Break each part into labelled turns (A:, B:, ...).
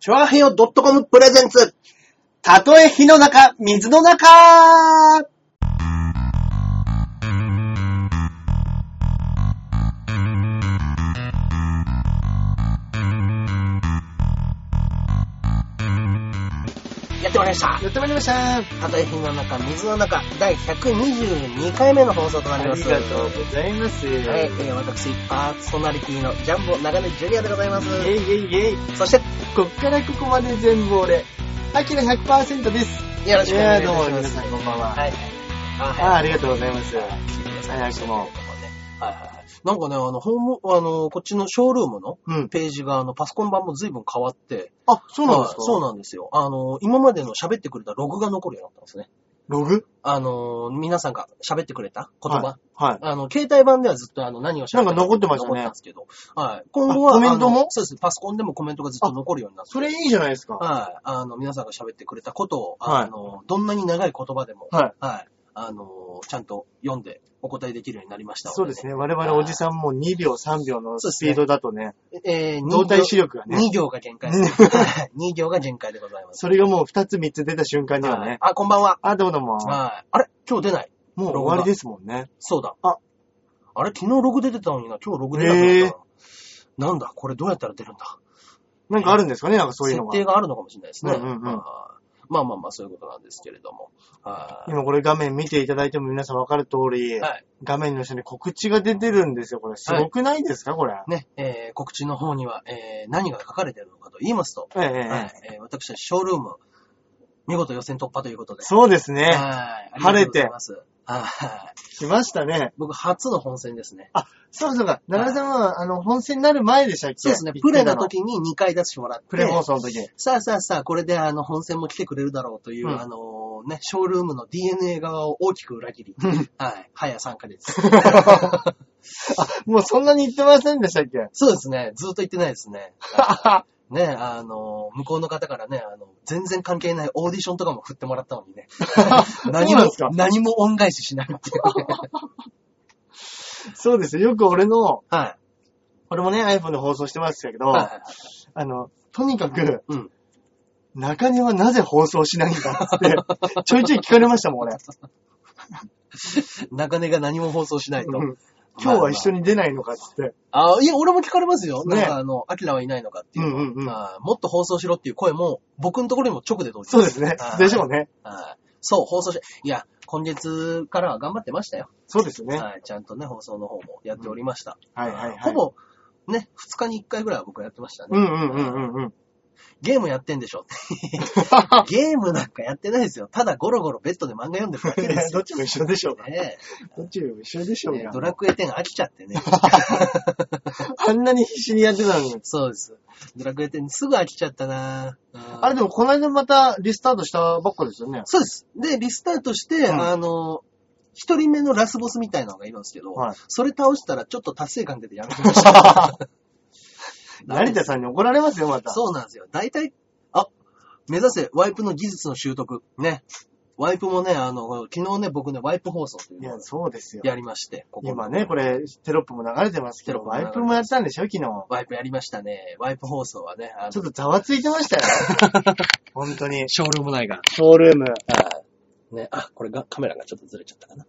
A: チョアヘヨ .com プレゼンツ。たとえ火の中、水の中やってまいりました。
B: やってまいりました。あ
A: たとえ火の中、水の中、第122回目の放送となり
B: り
A: ま
B: が
A: す。
B: とうございます。
A: はい、えー、私、パーソナリティのジャンボ長根ジュニアでございます。
B: イェイイェイイェイ。
A: そして、
B: こっからここまで全部俺。アキラ100%です。
A: よろしくお願いいたし
B: やどうも
A: ま
B: 皆
A: す。
B: さんこんばんは。
A: はい。あ
B: あありがとうございます。
A: はい、
B: 早くも。
A: はいはい。なんかね、あの、ホーム、あの、こっちのショールームの
B: うん。
A: ページが、あの、パソコン版も随分変わって。
B: あ、そ
A: はいそうなんですよ。あの、今までの喋ってくれたログが残るようになったんですね。
B: ログ
A: あの、皆さんが喋ってくれた言葉。
B: はい。
A: あの、携帯版ではずっとあの、何を喋った
B: なんか残ってましたね
A: 残ったんですけど。はい。今後は、
B: あコメントも
A: あのそうです。パソコンでもコメントがずっと残るようになって。
B: それいいじゃないですか。
A: はい。あの、皆さんが喋ってくれたことを、
B: はい
A: あの、どんなに長い言葉でも、
B: はい。
A: はい。あの、ちゃんと読んでお答えできるようになりましたので、
B: そうです。ね。我々おじさんも2秒、3秒のスピードだとね、
A: えー、
B: 動体視力がね、
A: 2行が限界 ですね。2行が限界でございます。
B: それがもう2つ3つ出た瞬間には
A: はい
B: ね、
A: あ、こんばんは。
B: あ、どうもどうも、
A: はい。あれ今日出ない。
B: もう終わりですもんね。
A: そうだ。
B: あ
A: あれ昨日ログ出てたのにな、今日ログ出なくなったな。なんだこれどうやったら出るんだ
B: なんかあるんですかねなんかそういうの
A: 設
B: が
A: 定。があるのかもしれないですね。
B: うんうんうん
A: はいまあまあまあ、そういうことなんですけれども。はい
B: 今これ画面見ていただいても皆さんわかる通り、
A: はい
B: 画面の下に告知が出てるんですよ、これ。すごくないですか、これ。
A: ね、えー告知の方には、えー何が書かれているのかと言いますと、
B: ええええ
A: はいえー私たちショールーム、見事予選突破ということで。
B: そうですね。
A: はい。
B: 晴
A: ありがと
B: れて
A: うございます。はい。
B: 来ましたね。
A: 僕、初の本戦ですね。
B: そうそうか。奈良さんは、あの、本戦になる前でしたっけ
A: そうですね。
B: 言
A: プ
B: って
A: レ
B: た
A: の時に2回出してもらって。
B: プレ放送の 時。
A: さあさあさあ、これであの、本戦も来てくれるだろうという、
B: うん
A: あのね、ショールームの DNA 側を大きく裏切り。はい。早3ヶ 月。
B: もうそんなに言ってませんで したっけ
A: そうですね。ずっと言ってないですね。はいね、あの、向こうの方からね、あの、全然関係ないオーディションとかも振ってもらったのにね。何
B: そうなん
A: も
B: ですか、
A: 何も恩返ししないっていう ね
B: そうですよ。よく俺の、
A: はい。
B: 俺もね、iPhone で放送してましたけど、
A: はいはいはい。
B: あの、とにかく、
A: うん
B: 中根はなぜ放送しないんだって、ちょいちょい聞かれましたも ん、俺。
A: 中根が何も放送しないと。
B: うん今日は一緒
A: に。
B: に出ないのかっつって。
A: あいや、俺も聞かれますよ。
B: ね
A: なんかあの、アキラはいないのかっていうのは、
B: うんうんうん
A: あもっと放送しろっていう声も、僕のところにも直で届いて
B: そうですね。でしょう
A: ね。
B: ね。
A: はいそう、放送し、いや、今月からは頑張ってましたよ。
B: そうですよね。
A: はい、ちゃんとね、放送の方もやっておりました。
B: はいはいはい。
A: ほぼ、ね、2日に1回ぐらいは僕はやってましたね。
B: うんうんうんうんうん。
A: ゲームやってんでしょゲームなんかやってないですよ。ただゴロゴロベッドで漫画読んでるだけです
B: ど
A: よ。
B: っちも一緒でしょうか。
A: ね
B: どっちも一緒でしょう
A: ねド
B: か。
A: ラクエ10飽きちゃってね。
B: あんなに必死にやってたのに。
A: そうです。ドラクエ10すぐ飽きちゃったなぁ
B: あれでもこの間またリスタートしたばっかですよね。
A: そうです。で、リスタートして、
B: うん
A: あの、一人目のラスボスみたいなのがいるんですけど、
B: はい
A: それ倒したらちょっと達成感出てやめてま した。
B: 成田さんに怒られますよ、また。
A: そうなんですよ。大体、あ、目指せ、ワイプの技術の習得。ね。ワイプもね、あの、昨日ね、僕ね、ワイプ放送という
B: い
A: の
B: や、
A: を
B: そうですよ。
A: やりまして、ここ
B: 今ね、これ、テロップも流れてます
A: テ
B: け
A: ロップ
B: ど、
A: も流
B: ワ
A: れて
B: イプもやったんでしょ、昨日。ち
A: ワイプやりましたね。ワイプ放送はね、あの、
B: ょっとざわついてましたよ。 本当に。
A: ショールーム内が。
B: ショールーム。
A: はい。ね、あ、これが、カメラがちょっとずれちゃったかな。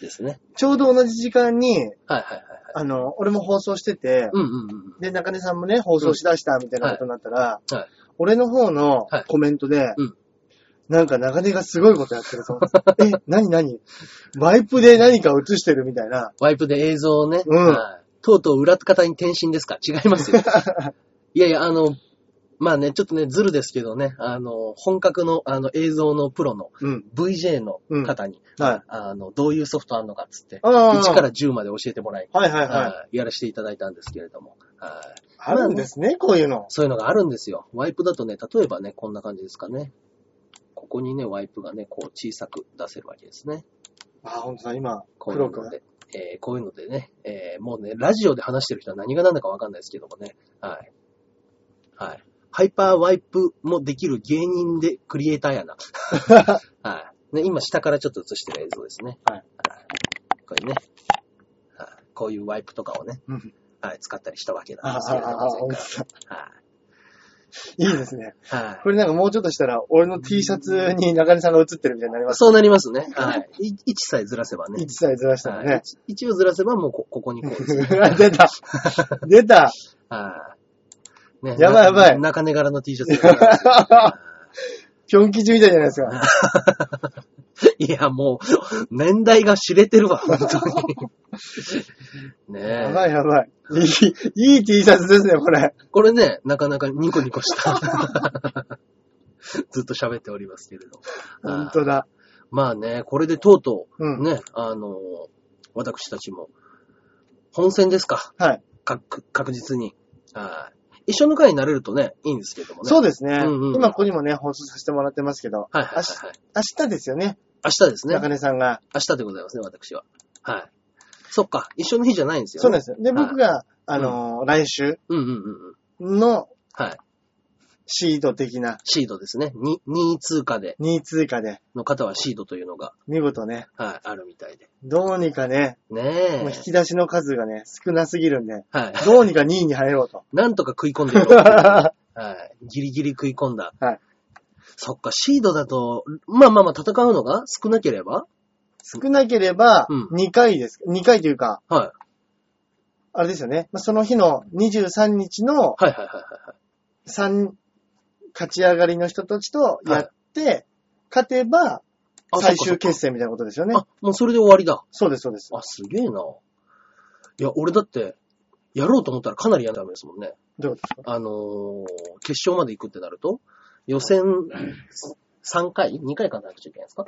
A: ですね。
B: ちょうど同じ時間に、
A: はいはいはい。はい
B: あの、俺も放送してて、
A: うんうんうんうん。
B: で、中根さんもね、放送しだしたみたいなことになったら、
A: うんはい
B: 俺の方の
A: はい
B: コメントで、
A: うん
B: なんか中根がすごいことやってると思 って、え、何何ワイプで何か映してるみたいな。
A: ワイプで映像をね、
B: うん
A: はいとうとう裏方に転身ですか違いますよ。 いやいや、あの、まあね、ちょっとね、ズルですけどね、あの、本格のあの映像のプロの
B: うん。
A: VJ の方に、
B: はい。
A: あの、どういうソフトあんのかっつって、
B: あ
A: 1から10まで教えてもらい、
B: はいはいはい。
A: はいやらせていただいたんですけれども、はい
B: あるんですね、こういうの。
A: そういうのがあるんですよ。ワイプだとね、例えばね、こんな感じですかね。ここにね、ワイプがね、こう小さく出せるわけですね。
B: あ、本当だ、今、
A: こういう
B: 黒
A: の
B: く。
A: で、えーこういうのでね、えーもうね、ラジオで話してる人は何が何だかわかんないですけどもね、はい。はい。ハイパーワイプもできる芸人でクリエイター やな。はい。ね、今下からちょっと映してる映像ですね。
B: はい
A: これね、はい。こういうワイプとかをね、
B: うん
A: はい、使ったりしたわけなん
B: あ
A: ですけれども、
B: あ、
A: 前
B: 本
A: 回
B: 当だ。
A: はい。
B: いいですね。
A: はい。
B: これなんかもうちょっとしたら、俺の T シャツに中根さんが映ってるみたいになります。
A: そうなりますね。はい。い位置さえずらせばね。
B: 一切ずらしたら
A: はい
B: ね。
A: 一一をずらせばもうこここにこうですね。
B: 出た。出た。
A: はい。ね
B: やばいやばい
A: な中根柄の T シャツ。 は
B: ピョン吉みたいじゃないですか。
A: いいや、もう、年代が知れてるわ、本当 に。ね
B: や
A: え。
B: ばいやばい。いい、いい T シャツですね、これ。
A: これね、なかなかニコニコした。 ずっと喋っておりますけれど。
B: ほんとだ。
A: まあね、これでとうと
B: うん
A: う、ね、あの、私たちも、本戦ですか。
B: はい。
A: 確確実に。はい。一緒の回になれるとね、いいんですけどもね。
B: そうですね。
A: うんうん
B: 今ここにもね、放送させてもらってますけど、
A: はいはいはい、
B: 明日
A: はい。
B: 明日ですよね、
A: 明日ですね。
B: 中根さんが。
A: 明日でございますね、私は。はい。そっか、一緒の日じゃないんですよ、ね。。
B: そうなんですすよ。で、僕が、あのー、来週
A: うんうんうんうん。
B: の
A: はい。
B: シード的な
A: シードですね。に2位通過で
B: 2位通過で、
A: の方はシードというのが、
B: 見事ね、
A: はい、あるみたいで。
B: どうにかね、
A: ね
B: もう
A: え
B: 引。き出しの数がね、少なすぎるんで、
A: はい。
B: どうにか2位に入ろ うと。
A: なんとか食い込んでやろうっていう。はい。ギリギリ食い込んだ。
B: はい。
A: そっか、シードだと、まあまあまあ戦うのが少なければ
B: 少なければ
A: うん、
B: 2回です。2回というか、
A: はい。
B: あれですよね。まあその日の23日の
A: はいはいはいはいはい。
B: 3、勝ち上がりの人たちとやって、勝てば、
A: あ
B: 最終決
A: そ
B: 戦みたいなことですよ
A: っ
B: ね
A: かそっ。かあ、もうそれで終わりだ。
B: そうです、そうです。
A: あ、すげえな。いや、俺だって、やろうと思ったらかなりやんだめですもんね。
B: どういうことですか
A: あのー決勝まで行くってなると、予選3回 ?2 回かなくちゃいけないんですか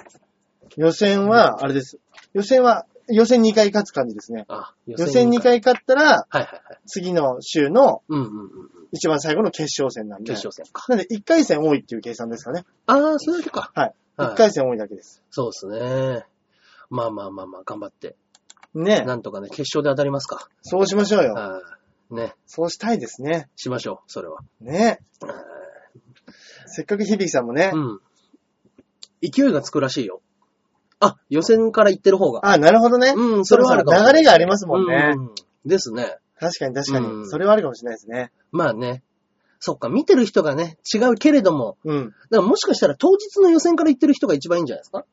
B: 予選は、あれです。予選は、予選2回勝つ感じですね。
A: あ、予
B: 予選2。回勝ったら、
A: はいはいはい。
B: 次の週の
A: うんうんうんうん。
B: 一番最後の決勝戦なんで。
A: 決勝戦か。
B: なんで、1回戦多いっていう計算ですかね。
A: ああ、そういうことか。
B: はい。
A: はい
B: 1回戦多いだけです。
A: そうですね。まあまあまあまあ、頑張って。
B: ね
A: なんとかね、決勝で当たりますか。
B: そうしましょうよ。
A: あーね、
B: そうしたいですね。
A: しましょう、それは。
B: ね
A: あー
B: せっかく響さんもね。
A: うん。勢いがつくらしいよ。あ、予選から行ってる方が。
B: あ、なるほどね。
A: うん、それはあるかもしれ
B: 流
A: ない。
B: れがありますもんね。
A: うんうんですね。
B: 確かに確かに、
A: うん
B: それはあるかもしれないですね。
A: まあね。そっか、見てる人がね、違うけれども、
B: うん。
A: だからもしかしたら当日の予選から行ってる人が一番いいんじゃないですか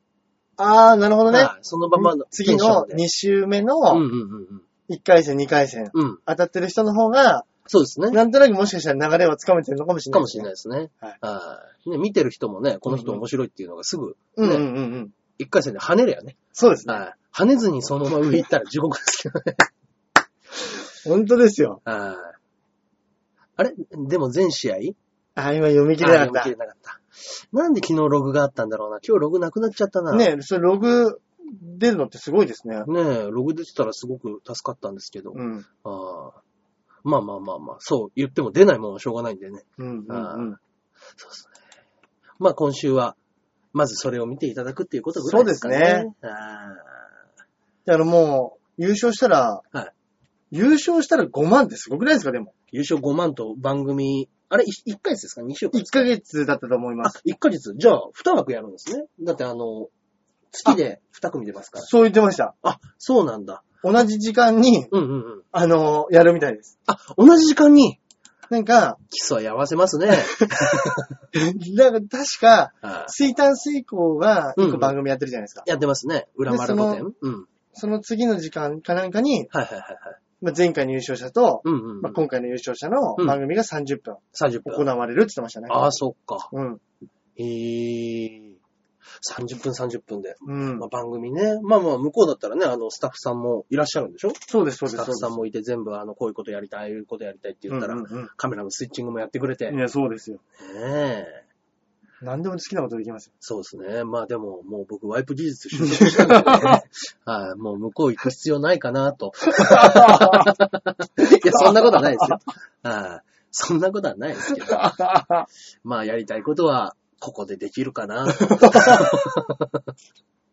B: あー、なるほどね。
A: はいそのままの。
B: 次の
A: テンシ
B: 2週目
A: ョンで
B: の
A: うんうんうん
B: 1回戦、2回戦、
A: うん。うん。
B: 当たってる人の方が、
A: そうですね。
B: なんとなくもしかしたら流れをつかめてるのかもしれな
A: か
B: い
A: も
B: で
A: し
B: す
A: れ
B: ね、
A: ないですね。
B: はい
A: はい。ね、見てる人もね、この人面白いっていうのがすぐ、ない
B: うんうんうんうん。
A: 一回戦で跳ねるやね。
B: そうですね。
A: はい。跳ねずにそのまま上行ったら地獄ですけ どね。
B: 本当ですよ。
A: はい。あれでも全試合
B: あー、今読み切れなか
A: あー読み切
B: っ
A: れなかった。なんで昨日ログがあったんだろうな。今日ログなくなっちゃった
B: た。
A: な。
B: ねそれログ出るのってすごいですね。
A: ねえ、ログ出てたらすごく助かったんですけど。
B: うん。
A: ああ。まあまあまあまあ、そう言っても出ないもんはしょうがないんでね。
B: うんうん
A: あ
B: うん。
A: そうですね。まあ今週は、まずそれを見ていただくっていうことぐらいですかね。
B: そうです
A: ね。
B: だからもう、優勝したら、
A: はい
B: 優勝したら5万ってすごくないですか、でも。
A: 優勝5万と番組、あれ 1, ヶ月ですか ?2 週間
B: 1ヶ月だったと思いま
A: あ
B: す。、
A: 1ヶ月。じゃあ2枠やるんですね。だってあの、月で2組出ますから。
B: そう言ってました。
A: あ、そうなんだ。
B: 同じ時間に、
A: うんうんうん。
B: あのやるみたいです。
A: あ、同じ時間に、
B: なんか、
A: キスはやわせます ね。
B: なんか確か、
A: はい
B: 水炭水工がよく番組やってるじゃないですか。
A: やってますね。裏丸御殿。うん。
B: その次の時間かなんかに、
A: はいはいはいはい。
B: まあ、前回の優勝者と、
A: うんうん、うん
B: まあ、今回の優勝者の
A: うん
B: 番組が30分
A: 30
B: 行
A: 分。
B: われるって言ってましたね。
A: ああ、そっか。
B: うん。
A: へえ。30分30分で。
B: うん
A: まあ、。番組ね。まあまあ、向こうだったらね、あの、スタッフさんもいらっしゃるんでしょ
B: そうです、そう
A: ス
B: で
A: タ
B: す、
A: ッフ
B: そうです
A: さん。もいて、全部、あの、こういうことやりたい、ああいうことやりたいって言ったら、
B: うんうん
A: カメラのスイッチングもやってくれて。
B: うん、い
A: ね
B: や、そうですよ。
A: え。
B: 何でも好きなことできますよ。
A: そうですね。まあでも、もう僕、ワイプ技術習得したんで ね。はい、もう向こう行く必要ないかなと。いや、そんなことはないですよ。はい、そんなことはないですけど。まあ、やりたいことは、ここでできるか なと。
B: 確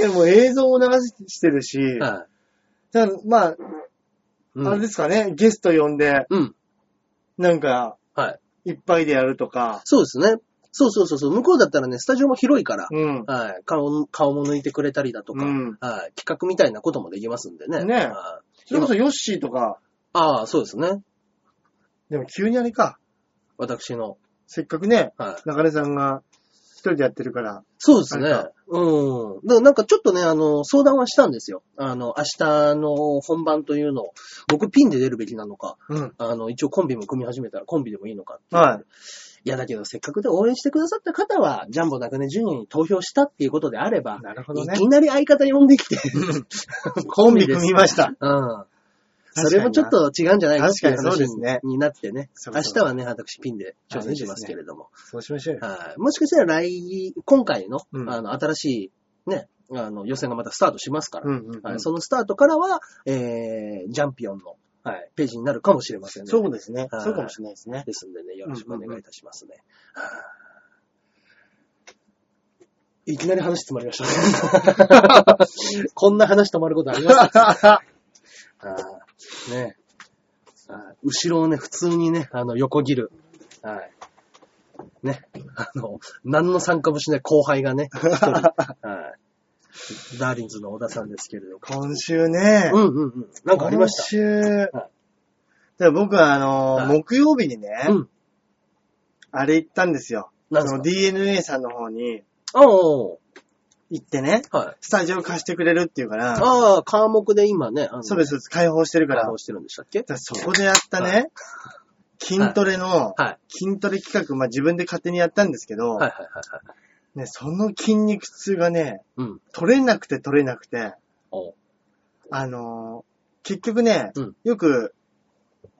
B: かにもう映像を流してるし、
A: はい
B: ただまあ、
A: うん
B: あれですかね、ゲスト呼んで、
A: うん。
B: なんか、
A: はい。
B: いっぱいでやるとか、
A: そうですね。そうそうそうそう。向こうだったらね、スタジオも広いから、
B: うん。
A: はい。顔、顔も抜いてくれたりだとか、
B: うん
A: はい。企画みたいなこともできますんでね。
B: ね
A: はい
B: それこそヨッシーとか、
A: ああ、そうですね。
B: でも急にあれか、
A: 私の。
B: せっかくね、
A: はい。
B: 中根さんが一人でやってるから、
A: そうですね
B: あれか。
A: うん。だからなんかちょっとね、あの、相談はしたんですよ。あの、明日の本番というのを、僕ピンで出るべきなのか、
B: うん。
A: あの、一応コンビも組み始めたらコンビでもいいのかってう
B: はい。
A: いやだけど、せっかくで応援してくださった方は、ジャンボ中根ジュニアに投票したっていうことであれば、
B: なるほどね
A: いきなり相方呼んできて、
B: コンビ組みました。
A: うん。
B: かにな
A: それもちょっと違うんじゃないかっていう
B: 確かにそう
A: 話
B: です
A: に,、
B: ね
A: なってね。
B: そうそ
A: 明
B: う
A: 日はね、私ピンで挑戦しますけれども。
B: そうしましょうよ。
A: はい。もしかしたら来、今回の、
B: うん
A: あの、新しい、ね、あの、予選がまたスタートしますから、
B: うんうん、う
A: はい、
B: ん。
A: そのスタートからは、えー、ジャンピオンの、はい、ページになるかもしれませんね。
B: そうですね。
A: はい
B: そうかもしれないで すね。
A: ですんでね、よろしくお願いいたしますね。はいいきなり話止まりました。 こんな話止まることありますかはいねはい後ろをね、普通にね、あの、横切る。はい。ね。あの、何の参加もしない後輩がね、一人 はい。ダーリンズの小田さんですけれども。
B: 今週ね、
A: うんうんうん。なんかありました。
B: 今週、
A: はい
B: で僕はあの、
A: はい
B: 木曜日にね、
A: うん。
B: あれ行ったんですよ。
A: なんです
B: その
A: か
B: DNA さんの方に
A: おー
B: 行ってね、
A: はい。
B: スタジオ貸してくれるっていうから、
A: ああ、科目で今ね、あの、
B: そうです、そうです、開放してるから、
A: 解
B: だ
A: 放してるんでしたっけ
B: からそこでやったね、筋トレの、
A: はい。
B: 筋トレ企画、まあ自分で勝手にやったんですけど、
A: はいはいはいはい。
B: ね、その筋肉痛がね、
A: うん。
B: 取れなくて取れなくて、
A: おう
B: あのー結局ね、
A: うん
B: よく、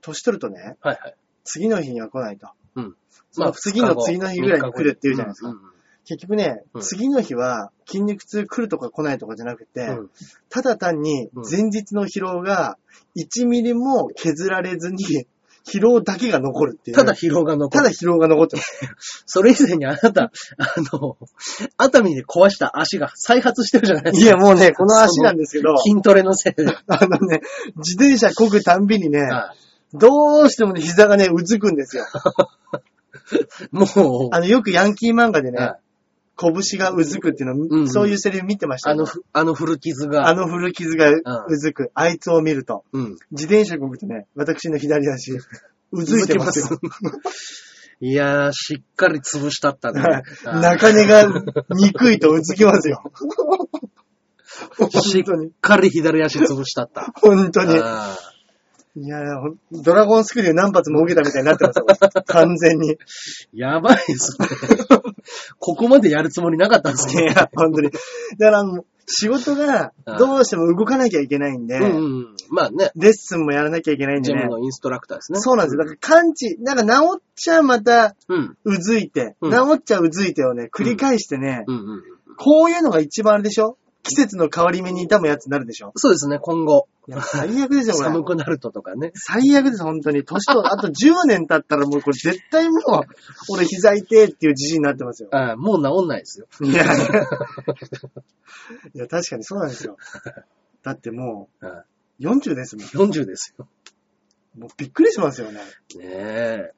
B: 年取るとね、
A: はいはい。次
B: 次の日には来ないと。
A: うん
B: その次の次の日ぐらいに来るっていうじゃないですか。
A: うんうん
B: 結局ね、
A: うん
B: 次の日は筋肉痛来るとか来ないとかじゃなくて、
A: うん
B: ただ単に
A: うん
B: 前日の疲労が1ミリも削られずに、 疲労だけが残るっていう。
A: ただ、疲労が残
B: た
A: る。
B: だ疲労が 残ってます。
A: それ以前にあなた、あの、熱海で壊した足が再発してるじゃないで
B: い
A: すか。
B: や、もうね、この足なんですけど、
A: 筋トレのせいで。
B: あのね、自転車漕ぐたんびにね、
A: はい
B: どうしてもね、膝がね、うずく んですよ。
A: もう、
B: あの、よくヤンキー漫画でね、
A: はい
B: 拳がうずくっていうの、
A: んうん
B: そういうセリフ見てました
A: あ
B: よ
A: の、ふあの古傷
B: あ
A: が、
B: の古傷がうずく、あいつを見ると、
A: うん。
B: 自転車こぐとね、私の 左足、うずいてますよ。
A: いやー、しっかり潰したったね。はい
B: 中根が憎いとうずきますよ。本
A: しっ
B: 当に、
A: かり左足潰した った。
B: 本当に。
A: あー
B: いやほんドラゴンスクリュー何発も受けたみたいになって ますよ。完全に。い
A: やばいですね。 ここまでやるつもりなかったんですけど。
B: や、本当に。だからもう、仕事がどうしても動かなきゃいけないんで、
A: うんうんうん。まあね、
B: レッスンもやらなきゃいけないん
A: ジ
B: で
A: ム
B: ね。
A: のインストラクターですね。
B: そうなんですよ。だから完治、なんか治っちゃまた
A: うん。
B: うずいて、
A: うん
B: 治っちゃうずいてをね、繰り返してね、
A: うんうんうん。
B: こういうのが一番あれでしょ季節の変わり目に痛むやつになるでしょ
A: そうですね、今後。
B: いや 最悪ですよ、これ。
A: 寒くなるととかね。
B: 最悪です、本当に。年と、あと10年経ったらもうこれ絶対もう、俺膝痛えっていうじじになってますよ。
A: ああもう治んないですよ。
B: いや、いや確かにそうなんですよ。だっても
A: ああ
B: う、40ですもん。
A: 40ですよ。
B: もうびっくりしますよね。
A: ねえ。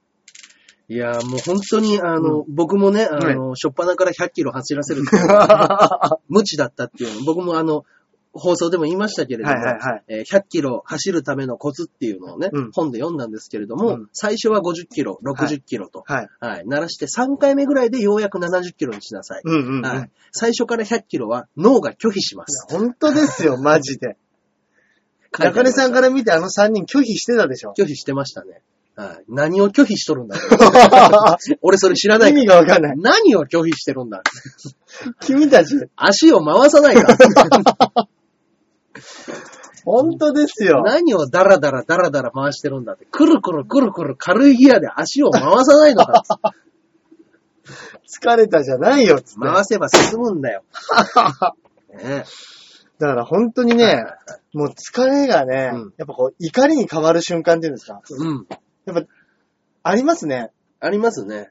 A: いや、もう本当に、あの、僕もね、あの、しょっぱなから100キロ走らせるって いうのは無知だったっていうの。僕もあの、放送でも言いましたけれども、
B: はいはいはい
A: えー100キロ走るためのコツっていうのをね、
B: うん
A: 本で読んだんですけれども、
B: うん
A: 最初は50キロ、
B: は
A: 60
B: い
A: キロと、
B: はい。
A: はい、鳴らして3回目ぐらいでようやく70キロにしなさい。
B: うんうん、うん
A: はい、最初から100キロは脳が拒否しま
B: い
A: す。
B: や本当ですよ、マジで。中根さんから見てあの3人拒否してたでしょ。
A: 拒否してましたね。はい、何を拒否しとるんだろう 俺それ知らな
B: 意
A: いか
B: 味
A: ら。
B: がわかんない。
A: 何を拒否してるんだ
B: 君たち、
A: 足を回さない から。
B: 本当ですよ。
A: 何をダラダラダラダラ回してるんだって。くるくるくるくる軽いギアで足を回さないのか。
B: 疲れたじゃないよ、 つって。
A: 回せば進むん だよ。ね
B: だから本当に
A: はいはい
B: ね
A: は、
B: もう疲れがね、
A: うん
B: やっぱこう、怒りに変わる瞬間っていうんですか。
A: うん。
B: やっぱ、ありますね。
A: ありますね。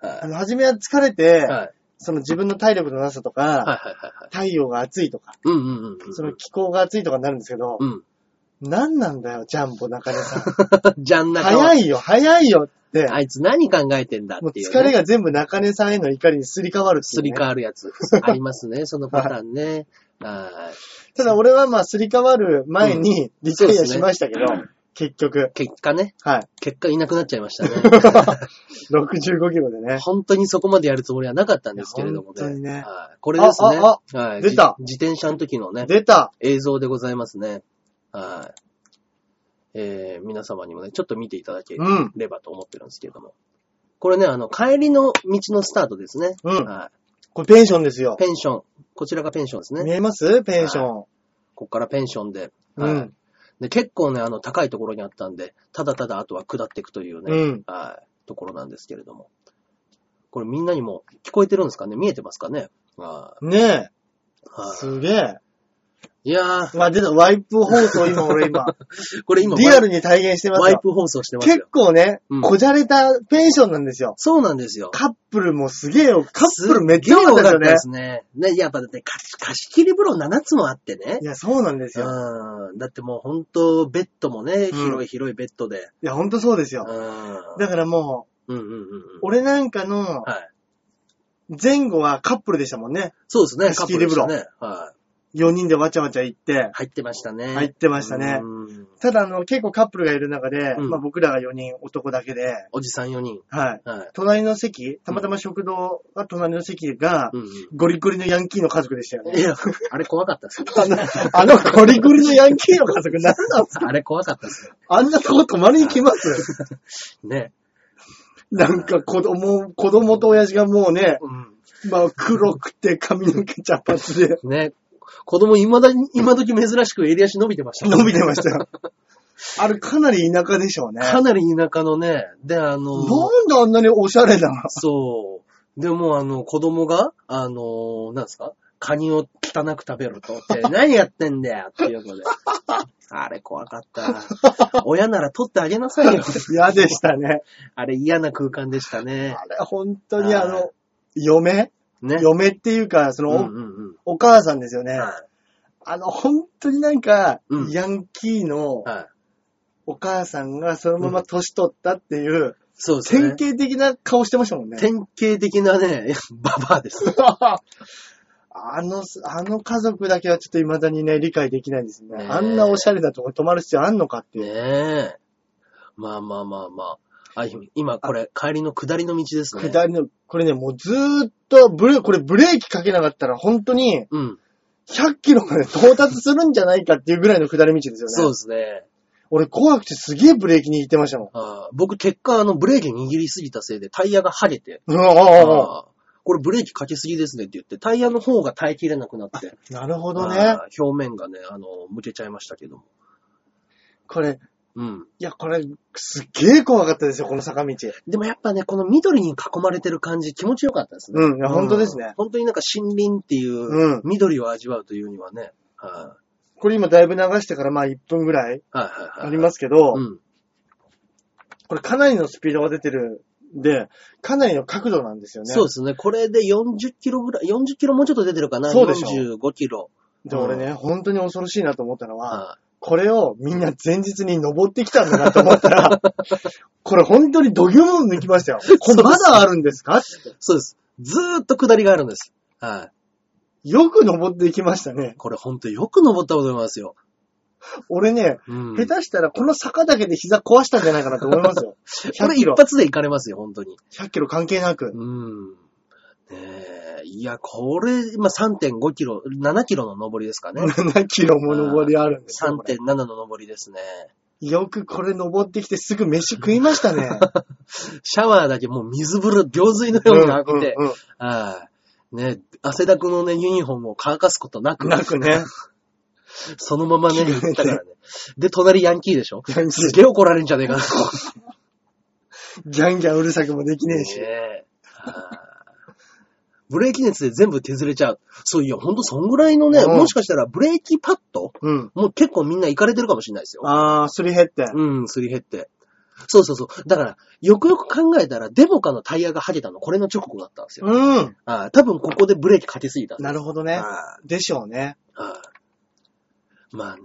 B: あ
A: は
B: の、初めは疲れて、
A: い。はい。
B: その自分の体力のなさとか、
A: はいはいはいはい。
B: 太陽が暑いとか、
A: うんうんうんうん。
B: その気候が暑いとかになるんですけど、
A: うん。
B: 何なんだよ、ジャンボ中根さん。
A: じゃん な
B: 早いよ、早いよって、
A: あいつ何考えてんだ
B: もう
A: っていう、
B: 疲れが全部中根さんへの怒りにすり替わるってい
A: す
B: うね、
A: り替わるやつ。ありますね、そのパターンね。はい。
B: ただ俺はまあすり替わる前に理解はしましたけど、結局。
A: 結果ね、
B: はい。
A: 結果いなくなっちゃいま したね。
B: 65キロでね。
A: 本当にそこまでやるつもりはなかったんですけれどもね。
B: いや本当にね
A: はい、これですね。
B: あ
A: はい、
B: 出た
A: 自自転車の時のね、
B: 出た
A: 映像でございますね。はい。えー、皆様にもね、ちょっと見ていただけ
B: うん。
A: ればと思ってるんですけれども。これね、あの、帰りの道のスタートですね。
B: うん。
A: は
B: これペンションですよ
A: い。。ペンション。こちらがペンションですね。
B: 見えますペンション。
A: ここからペンションで。
B: う
A: はい
B: ん。
A: で結構ね、あの、高いところにあったんで、ただただあとは下っていくというね、
B: うん
A: はい、ところなんですけれども。これみんなにも聞こえてるんですかね見えてますかねは
B: ねえ。
A: いはい
B: すげえ。
A: いやー、
B: まあ、出た。ワイプ放送、今、俺 今。
A: これ今
B: リアルに体現してま
A: ワ
B: す
A: イ
B: よ。
A: プ放送してます
B: 結
A: よ。
B: 構ね
A: うん、
B: こじゃれたペンションなんですよ。
A: そうなんですよ。
B: カップルもすげえよ。カップルめっちゃ多かったですよね
A: で。すね。ね、やっぱだって貸し貸し切り風呂7つもあってね
B: い。や、そうなんですよ。
A: うん。だってもう本当ベッドもね、広い広いベッドで。
B: いや、ほんとそうです
A: う
B: よ。
A: ん。
B: だからもう、
A: うんうんうんうん。
B: 俺なんかの
A: はい。
B: 前後はカップルでしたもんね。
A: そうですね、
B: 貸し切り風
A: カッ
B: 呂
A: プルでしたね。はい。
B: 4人でわちゃわちゃ行って、
A: 入ってましたね。
B: 入ってましたね。
A: うん
B: ただ、あの、結構カップルがいる中で、
A: うん
B: まあ僕らが4人男だけで、
A: おじさん4人。
B: はい。
A: はい。
B: 隣の席、たまたま食堂が隣の席が
A: う、ん
B: ゴリゴリのヤンキーの家族でしたよ
A: う
B: ね
A: ん。。いや、あれ怖かったっす ね。
B: あの、 あのゴリゴリのヤンキーの家族なんなんすか
A: あれ怖かったっす
B: あんなとこ泊まりに来ます
A: ね。
B: なんか子供、子供と親父がもうね、
A: う
B: まあ黒くて髪の毛茶髪で
A: ん。ね。子供未だに、今時珍しく襟足伸びてましたもんね
B: 伸びてましたよ。あれかなり田舎でしょうね。
A: かなり田舎のね、で、あの、
B: なんであんなにおしゃれな の
A: そう。でも、あの、子供が、あの、なんですかカニを汚く食べると って、何やってんだよっていうので。あれ怖かった。親なら取ってあげなさい よ。
B: 嫌でしたね。
A: あれ嫌な空間でしたね
B: あ。れ本当にあ
A: は
B: の、嫁
A: ね。
B: 嫁っていうか、その、
A: うんうん
B: おお母さんですよ
A: うん。
B: ね。
A: は
B: あの、本当になんか、
A: うん
B: ヤンキーの
A: い。はい。
B: お母さんがそのまま年取ったっていう、
A: そうです
B: 典
A: ね。
B: 型的な顔してましたもんね。
A: 典型的なね、 ババアです。
B: あの、あの家族だけはちょっと未だにね、理解できないですね。
A: ねえ
B: あんなおしゃれなとこ泊まる必要あんのかっていう。
A: ねえ。まあまあまあまあ。あ、今これ、帰りの下りの道ですね。
B: 下りの、これね、もうずーっとブレ、これブレーキかけなかったら本当に
A: うん。
B: 100キロまで到達するんじゃないかっていうぐらいの下り道ですよね。
A: そうですね。
B: 俺怖くてすげえブレーキ握ってましたもん。
A: あー僕、結果、あの、ブレーキ握りすぎたせいでタイヤが剥げて、
B: うん、ああ、ああ。
A: あーこれブレーキかけすぎですねって言って、タイヤの方が耐えきれなくなって、
B: なるほどね。
A: あー表面がね、あの、向けちゃいましたけども。
B: これ、
A: うん。
B: いや、これ、すっげえ怖かったですよ、この坂道。
A: でもやっぱね、この緑に囲まれてる感じ気持ちよかったですね。
B: うんいや本当ですね
A: 本当になんか森林っていう、
B: うん。
A: 緑を味わうというにはね、は
B: これ今だいぶ流してからまあ1分ぐらい
A: いはいはいはい。
B: ありますけど、
A: うん。
B: これかなりのスピードが出てるんで、かなりの角度なんですよね。
A: そうですね。これで40キロぐらい、40キロもうちょっと出てるかな。
B: そうでしょ
A: 45キロ。
B: で、俺ね、本当に恐ろしいなと思ったのは、
A: は
B: これをみんな前日に登ってきたんだなと思った ら、これ本当に度肝を抜きましたよ。これまだあるんですかって
A: い。そうです。ずーっと下りがあるんです。はい。
B: よく登っていきましたね。
A: これほんとよく登ったこと思いますよ。
B: 俺ね、
A: うん。
B: 下手したらこの坂だけで膝壊したんじゃないかなと思います よ。
A: こ
B: 100
A: れ
B: キ
A: 一
B: ロ、
A: 発で行かれますよ、本当に。
B: 100キロ関係なく。
A: うん。ねえ、いや、これ、まあ、3.5キロ、7キロの登りですかね。
B: 7キロも登りあるんですよ。これ
A: 3.7の登りですね。
B: よくこれ登ってきてすぐ飯食いましたね。
A: シャワーだけもう水風呂、行水のように浴びて、
B: うんうんうん
A: はい。ね、汗だくのね、ユニフォームを乾かすことなく、
B: なくね。
A: そのままね、
B: 着替
A: 行っ
B: え
A: てたからね。で、隣ヤンキーでしょ
B: ヤンキー
A: すげえ怒られるんじゃねえかな。
B: ギャンギャンうるさくもできねえし。
A: ねえはいブレーキ熱で全部削れちゃう。そういや、ほんとそんぐらいのね、
B: うん
A: もしかしたらブレーキパッド
B: うん。
A: もう結構みんな行かれてるかもしれないですよ。
B: あー、すり減って。
A: うん、すり減って。そうそうそう。だから、よくよく考えたら、デモカのタイヤが剥げたの、これの直後だったんですよ。
B: うん。
A: ああ多分ここでブレーキかけすぎたんだ
B: なるほどね。
A: あ
B: でしょうね。
A: あああまあね、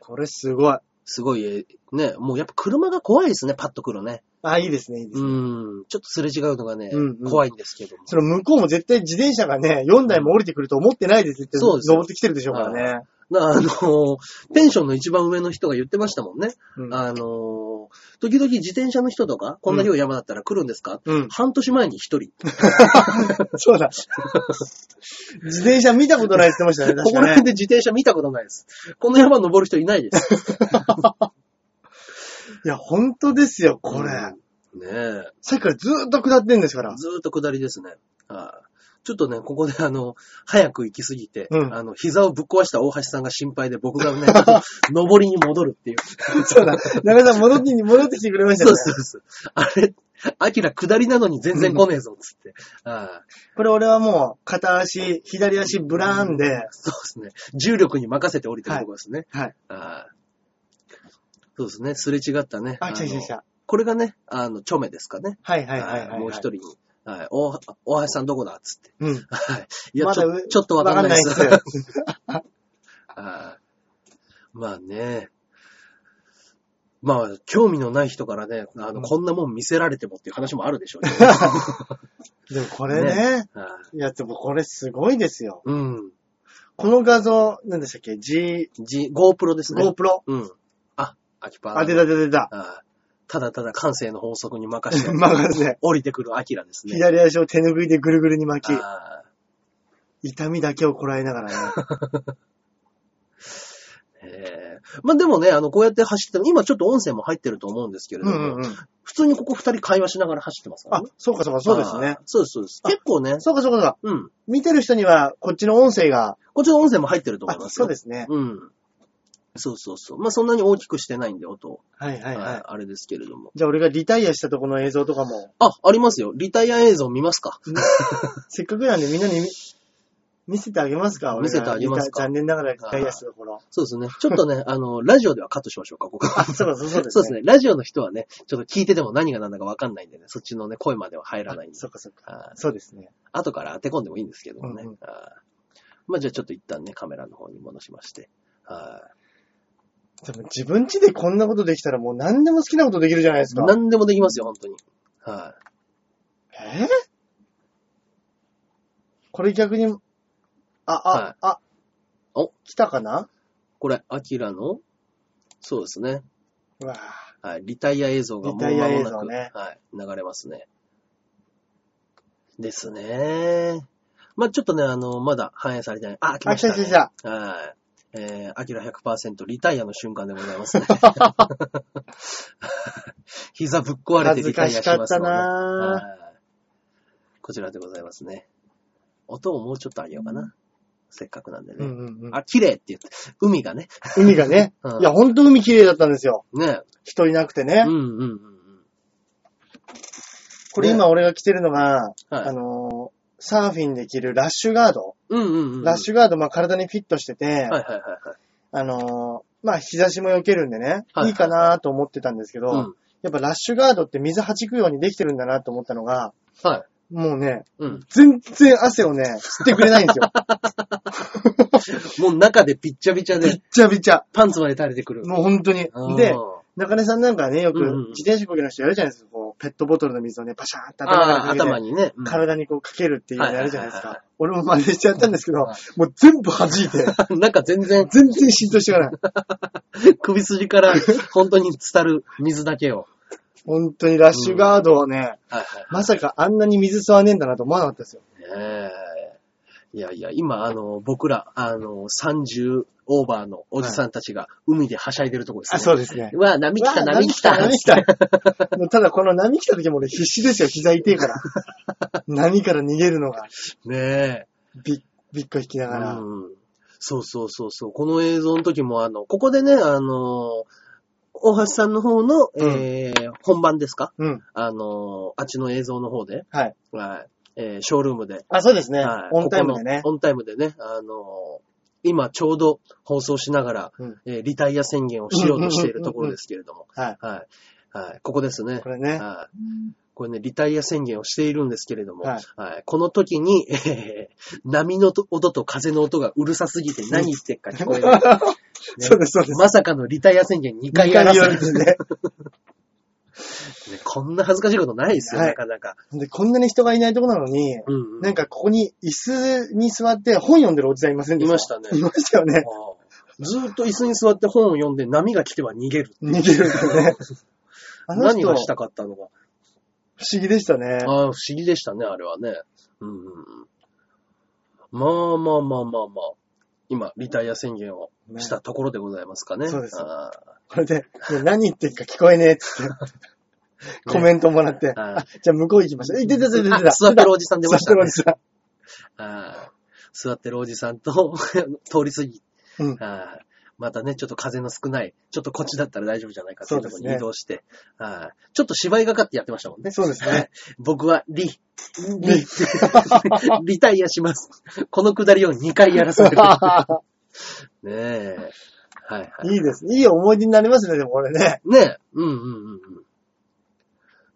B: これすごい。
A: すごい、えね、もうやっぱ車が怖いですね、パッと来るね。
B: あ、いいですね、いいですね。
A: うん、ちょっとすれ違うのがね、
B: うんうん
A: 怖いんですけども。
B: その向こうも絶対自転車がね、4台も降りてくると思ってないですって、
A: そうですよ
B: 登ってきてるでしょうからね。
A: なあの、ペンションの一番上の人が言ってましたもんね。
B: うん
A: あの、時々自転車の人とか、こんな広い山だったら来るんですか、
B: うん。
A: 半年前に一人。
B: そうだ。自転車見たことないって言ってましたね、
A: こ
B: 確
A: こ
B: からね
A: 辺。で自転車見たことないです。この山登る人いないです。
B: いや、本当ですよ、これ。
A: ねえ。
B: さっきからずーっと下ってんで すから。
A: ずーっと下りですね。はいちょっとね、ここであの、早く行きすぎて、
B: うん
A: あの、膝をぶっ壊した大橋さんが心配で僕がね、 登りに戻るっていう。
B: そうだ。中田さん戻って、戻ってきてくれました
A: そ
B: ね
A: う。そうそう。あれ、アキラ下りなのに全然来ねえぞ、つって。ああ
B: これ俺はもう、片足、左足ブラーンで、
A: そうですね。重力に任せて降りてるとこですね。
B: はい。
A: ああそうですね。すれ違ったね。
B: あ、来た来
A: の
B: た来た。
A: これがね、あの、チョメですかね。
B: はいはいはいはいはい。
A: もう一人に。はい、大大橋さんどこだっつって。
B: うん。
A: はい。いや、
B: ま
A: ち
B: だ
A: ょ
B: う
A: ちょっとわ
B: わ
A: か
B: か
A: ん
B: ん
A: な
B: ないい
A: で
B: っ
A: す
B: す。よ。
A: ああまあね。まあ、興味のない人からね、あの、
B: うん
A: こんなもん見せられてもっていう話もあるでしょう、 ね
B: でもこ れね、
A: ああ
B: いや、でもこれすごいですよ。
A: うん。
B: この画像、何でしたっけ ?G、
A: G、GoPro ですね。
B: GoPro。
A: うん。あ、アキパーだ
B: あ、出た出た出た。
A: ああただただ感性の法則に任せて、
B: 任せて。
A: 降りてくるアキラですね。
B: 左足を手拭いでぐるぐるに巻き、
A: ああ
B: 痛みだけをこらえながらね。
A: ええまあでもね、あの、こうやって走っても、今ちょっと音声も入ってると思うんですけれ
B: う
A: ども、
B: んうんうん。
A: 普通にここ二人会話しながら走ってますか
B: あ
A: らね。、
B: そうかそうか、そうです
A: あ
B: ね
A: あ。。そうです、そうです。
B: あ
A: 結構ね、
B: そうかそうかそうか。
A: うん。
B: 見てる人には、こっちの音声が、
A: こっちの音声も入ってると思
B: あ
A: いま、す
B: そ
A: よ。
B: うですね。
A: うん。そうそうそう。まあそんなに大きくしてないんで、音を。
B: はいはいはい
A: あ。あれですけれども。
B: じゃあ俺がリタイアしたとこの映像とかも、
A: あ、ありますよ。リタイア映像見ますか。
B: せっかくなんでみんなに見見せてあげますか俺が
A: 見せてあげますか
B: リタ残念ながらリタイアしたところ。
A: そうですね。ちょっとね、あの、ラジオではカットしましょうか、ここ。
B: あ、そうかそうそうですね。
A: そうですね。ラジオの人はね、ちょっと聞いてても何が何だかわかんないんでね、そっちのね、声までは入らないん
B: あ
A: で。
B: そうかそうか。
A: あ
B: そうですね。
A: 後から当て込んでもいいんですけどもね。
B: うんうん
A: あまあじゃあちょっと一旦ね、カメラの方に戻しまして。あ
B: でも自分家でこんなことできたらもう何でも好きなことできるじゃないですか。
A: 何でもできますよ、本当に。は
B: えーこれ逆に、あ、あ、
A: はい
B: あ、
A: お。
B: 来たかない
A: これ、アキラの、そうですね。
B: うわぁ
A: はい、リタイア映像がもう間もなく、
B: リタイア映像ね
A: はい、流れますね。ですね。まあ、ちょっとね、あの、まだ反映されてない。あ、来
B: あ、
A: ま
B: 来
A: した、
B: た
A: ね。
B: 来た来た。
A: はい。えー、アキラ100%リタイアの瞬間でござい ますね。膝ぶっ壊れて
B: 恥ず
A: リタ
B: か
A: イア
B: し
A: し
B: か
A: ま
B: っ
A: す
B: た
A: ので、
B: なぁ。
A: はいこちらでございますね。音をもうちょっと上げようかな。せっかくなんで
B: う
A: ね。
B: んうんうん、
A: あ、綺麗って言って、海がね。
B: 海がね、
A: うん
B: いや、ほんと海綺麗だったんですよ。
A: ね。
B: 人いなくてね。
A: うんうんうんうん。
B: これ今俺が着てるのが、
A: はい
B: あのーサーフィンで着るラッシュガード。
A: うんうんうん。
B: ラッシュガード、まあ体にフィットしてて、
A: はいはいはいはい。
B: あのーまあ日差しも避けるんでね、
A: はい
B: い、いかなと思ってたんですけど、
A: うん。
B: やっぱラッシュガードって水弾くようにできてるんだなと思ったのが、
A: はい。
B: もうね、
A: うん。
B: 全然汗をね、吸ってくれないんです よ。
A: もう中でピッチャピチャ
B: びっ
A: で、
B: ちゃびちゃ。
A: パンツまで垂れてくる。
B: もう本当に
A: うん。
B: で、中根さんなんかはね、よく
A: うんうんうん
B: 自転車こぎの人やるじゃないですか。こう、ペットボトルの水をね、パシャーって頭から
A: あー
B: かけて
A: 頭にね。うん
B: 体にこうかけるっていうのやるじゃないです
A: はい
B: か。俺も真似しちゃったんですけど、
A: はい
B: もう全部弾いて、
A: なんか全然、
B: 全然浸透していかない。
A: 首筋 から本当に伝る水だけを。
B: 本当にラッシュガードはね、
A: はいはい。
B: まさかあんなに水吸わねえんだなと思わなかったですよ。
A: ねえ。いやいや、今、あの、僕ら、あの、30オーバーのおじさんたちが海ではしゃいでるとこです、ね
B: うですね
A: う。わ、波来た、波来た。
B: 波来た、波来た。もうただこの波来た時も俺必死ですよ、膝痛い から。波から逃げるのが、
A: ねえ。
B: びっ、びっこ引きながら。
A: うん。そうそうそうそう。この映像の時も、あの、ここでね、あの、大橋さんの方の、
B: うん
A: えー、本番ですか
B: うん。
A: あの、あっちの映像の方で、
B: はい。
A: はい。えー、ショールームで、
B: あ、そうですね。
A: はい
B: オンタイムでね
A: ここ。のオンタイムでね、あのー今ちょうど放送しながら、
B: うん
A: えーリタイア宣言をしようとしているところですけれども、
B: はい。
A: はい。はい。ここですね
B: こ。れね。
A: はい。これね、リタイア宣言をしているんですけれども、は
B: はい
A: い。この時に、えー波の音と風の音がうるさすぎて何言ってっか聞こえない。 ね
B: そうです、そうです。
A: まさかのリタイア宣言2回
B: 二
A: やら
B: 言
A: せ
B: わ
A: る
B: れ、てね。
A: ね。こんな恥ずかしいことないですよ、
B: はい
A: なかなか。
B: で、こんなに人がいないとこなのに、
A: うん、うん。
B: なんかここに椅子に座って本読んでるおじさんいませんで
A: い
B: した
A: ましたね。
B: いましたよ
A: あ
B: ね。
A: ずーっと椅子に座って本を読んで波が来ては逃げる。
B: 逃げるんだね。あの
A: 何
B: 人、不
A: が
B: 思
A: したかったのか。
B: 議でしたね。
A: ああ、不思議でしたね、あれはね。うんうんうん。まあまあまあまあまあ。今、リタイア宣言を
B: ね
A: したところでございますかね。
B: そうです
A: あ
B: これで、ね何言ってるか聞こえねえっつって、コメントもらって、
A: あ
B: あ、じゃあ向こう行きましょう。え、出た出た出
A: ー
B: た
A: あ、 座ってるおじさん出ましたね。
B: 座ってる
A: ああ座ってるおじさんと 通り過ぎ、
B: おじさんうん。
A: ああまたね、ちょっと風の少ない、ちょっとこっちだったら大丈夫じゃないかっていうところ
B: そうです
A: に
B: ね
A: 移動して、ああちょっと芝居がかってやってましたもんね。
B: そうですね。
A: 僕はリ、リ、リタイアします。このくだりを2回やらせてくれ る。ねえ。はいはい。
B: いいです。いい思い出になりますね、でもこれね。
A: ねえ。うんうんうんうん。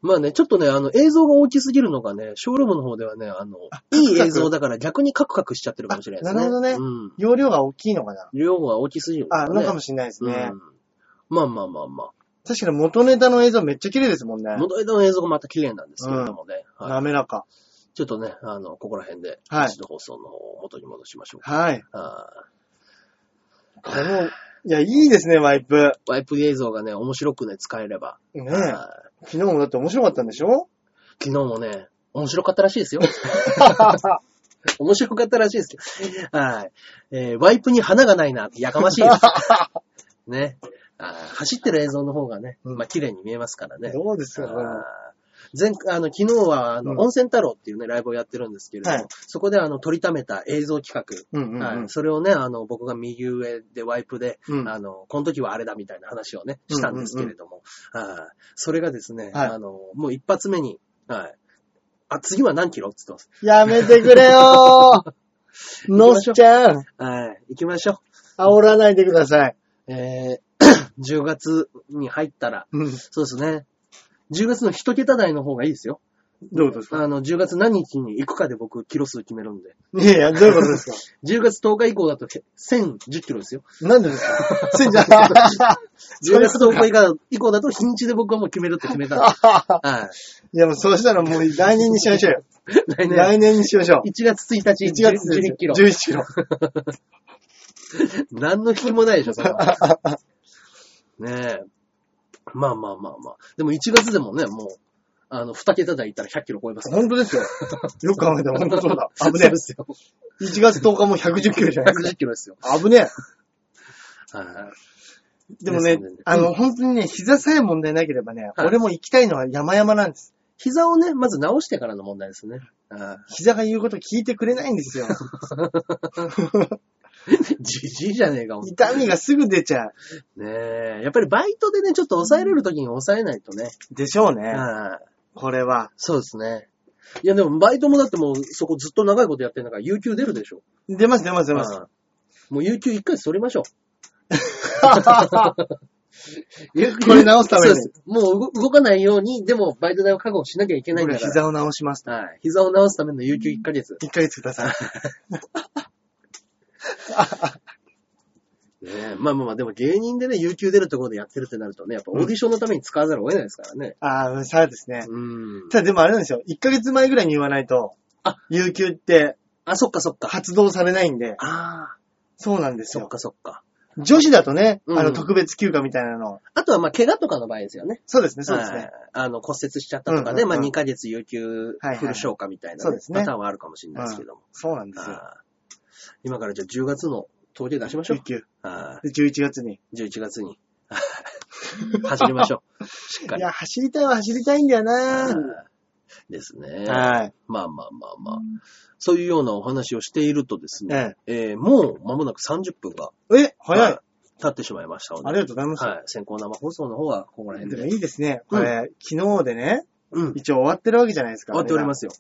A: まあね、ちょっとね、あの、映像が大きすぎるのがね、ショールームの方ではね、あの、いい映像だから逆にカクカクしちゃってるかもしれないですね。
B: あなるほ
A: うん。
B: 容量が大きいのかな。
A: 量が大きすぎる
B: あ、
A: ら
B: のかもしれないですね。
A: うん。まあまあまあま
B: 確かに元ネタの映像めっちゃ綺麗ですもんね
A: あ。。元枝の映像がまた綺麗なんですけれどもね。はい。
B: 滑らか。
A: ちょっとね、あの、ここら辺で、
B: はい
A: 一度放送の方を元に戻しましょうか。
B: はい。
A: あー
B: この、いや、いいですね、ワイプ。
A: ワイプ映像がね、面白くね、使えれば。
B: ね
A: あー
B: え昨日もだって面白かったんでしょ
A: 昨日もね、面白かったらしいですよ。面白かったらしいですけど。はい。えーワイプに花がないなってやかましい です。ね。あー走ってる映像の方がね、
B: うん
A: まあ綺麗に見えますからね。
B: どうです
A: あ
B: よ、
A: ー
B: これも
A: 前あの昨日はあの、
B: うん
A: 温泉太郎っていうね、ライブをやってるんですけれども、
B: はい
A: そこであの、撮りためた映像企画、
B: うんうんうん
A: はい、それをね、あの、僕が右上でワイプで、
B: うん
A: あの、この時はあれだみたいな話をね、したんですけれども、あーそれがですね、
B: はい
A: あの、もう一発目に、はい。あ、次は何キロって言って
B: やめてくれ よーのすちゃん、
A: ます。はい。行きましょ
B: 煽らないでくださ
A: う。
B: い。
A: えー、10月 に入ったら、
B: うん。
A: そうですね。10月の一桁台の方がいいですよ。
B: どういうことです
A: あの、10月何日に行くかで僕、キロ数決めるんで。
B: いやいや、どういうことですか
A: 10月10日以降だと1010キロですよ。
B: なんで ですかせんじゃない。
A: 10月10日以降以降だと日にちで僕はもう決めるって決めたんではい。
B: いや、もうそうしたらもう来年にしましょうよ。
A: 来年。
B: 来年にしましょう。
A: 1月1日、
B: 1月です
A: 11キロ。
B: 11キロ。
A: 何の引きもないでしょ、それは。ねえ。まあまあまあまあ。でも1月でもね、もう、あの、2桁台いったら100キロ超えますから。
B: 本当ですよ。よく考えたら本当そうだ。
A: そう
B: 危ね
A: ですよ。
B: え。1月10日も110キロじゃないです
A: 110キロですよ。
B: か。危ね
A: は
B: え。でもね
A: ですよね、
B: あの、本当にね、膝さえ問題なければね、
A: はい
B: 俺も行きたいのは山々なんです。
A: い。膝をね、まず直してからの問題ですね。ああ
B: 膝が言うこと聞いてくれないんで すよ。
A: じじいじゃねえか、ほんと
B: 痛みがすぐ出ちゃう。
A: ねえ。やっぱりバイトでね、ちょっと抑えれるときに抑えないとね。
B: でしょうね。
A: ああ
B: これは。
A: そうですね。いや、でもバイトもだってもう、そこずっと長いことやってんだから、有給出るでしょ。
B: 出ます、出ます、出ます。
A: ああもう有給一回取りましょう。
B: これ直すために
A: そうですもう動動かないように、でもバイト代を確保しなきゃいけないんだ
B: 俺
A: から。
B: 膝を直します。
A: はい。膝を直すための有給1ヶ月。
B: 1ヶ月ください。
A: ねえまあまあまあ、でも芸人でね、有給出るところでやってるってなるとね、やっぱオーディションのために使わざるを得ないですからね。
B: ああ、そうですね。
A: うん。
B: ただでもあれなんですよ。1ヶ月前ぐらいに言わないと
A: あ、
B: 有給って
A: あ、そっかそっか。
B: 発動されないんで、
A: ああ、
B: そうなんです
A: そっ
B: よ。
A: かそっか。
B: 女子だとね、
A: うん
B: あの、特別休暇みたいなの。
A: あとはまあ、怪我とかの場合ですよね。
B: そうですね、そうです
A: は
B: ね
A: い。。あの、骨折しちゃったとかで、
B: うんうんうん
A: まあ2ヶ月有給フル消化みたいな、
B: はいはいそうですね
A: パターンはあるかもしれないですけども。
B: そうなんですよ。
A: ああ今からじゃあ10月の統計出しましょう
B: 有。給。
A: ああ
B: で、11月に。
A: 11月に。 走りましょう。しっか
B: い
A: り。
B: や、走りたいは走りたいんだよ
A: あ
B: な
A: あですね。
B: はい。
A: まあまあまあまあ。そういうようなお話をしているとですね、
B: え
A: えーもう間もなく30分が
B: え。え、早い
A: は。経ってしまいましたの
B: あ
A: で、
B: りがとうございます。
A: はい、先行生放送の方はここら
B: で
A: 辺
B: も
A: で。
B: いいですね。これ、昨日でね、
A: うん。終
B: 一応終わってるわけじゃないですか。。
A: わっておりますすよ。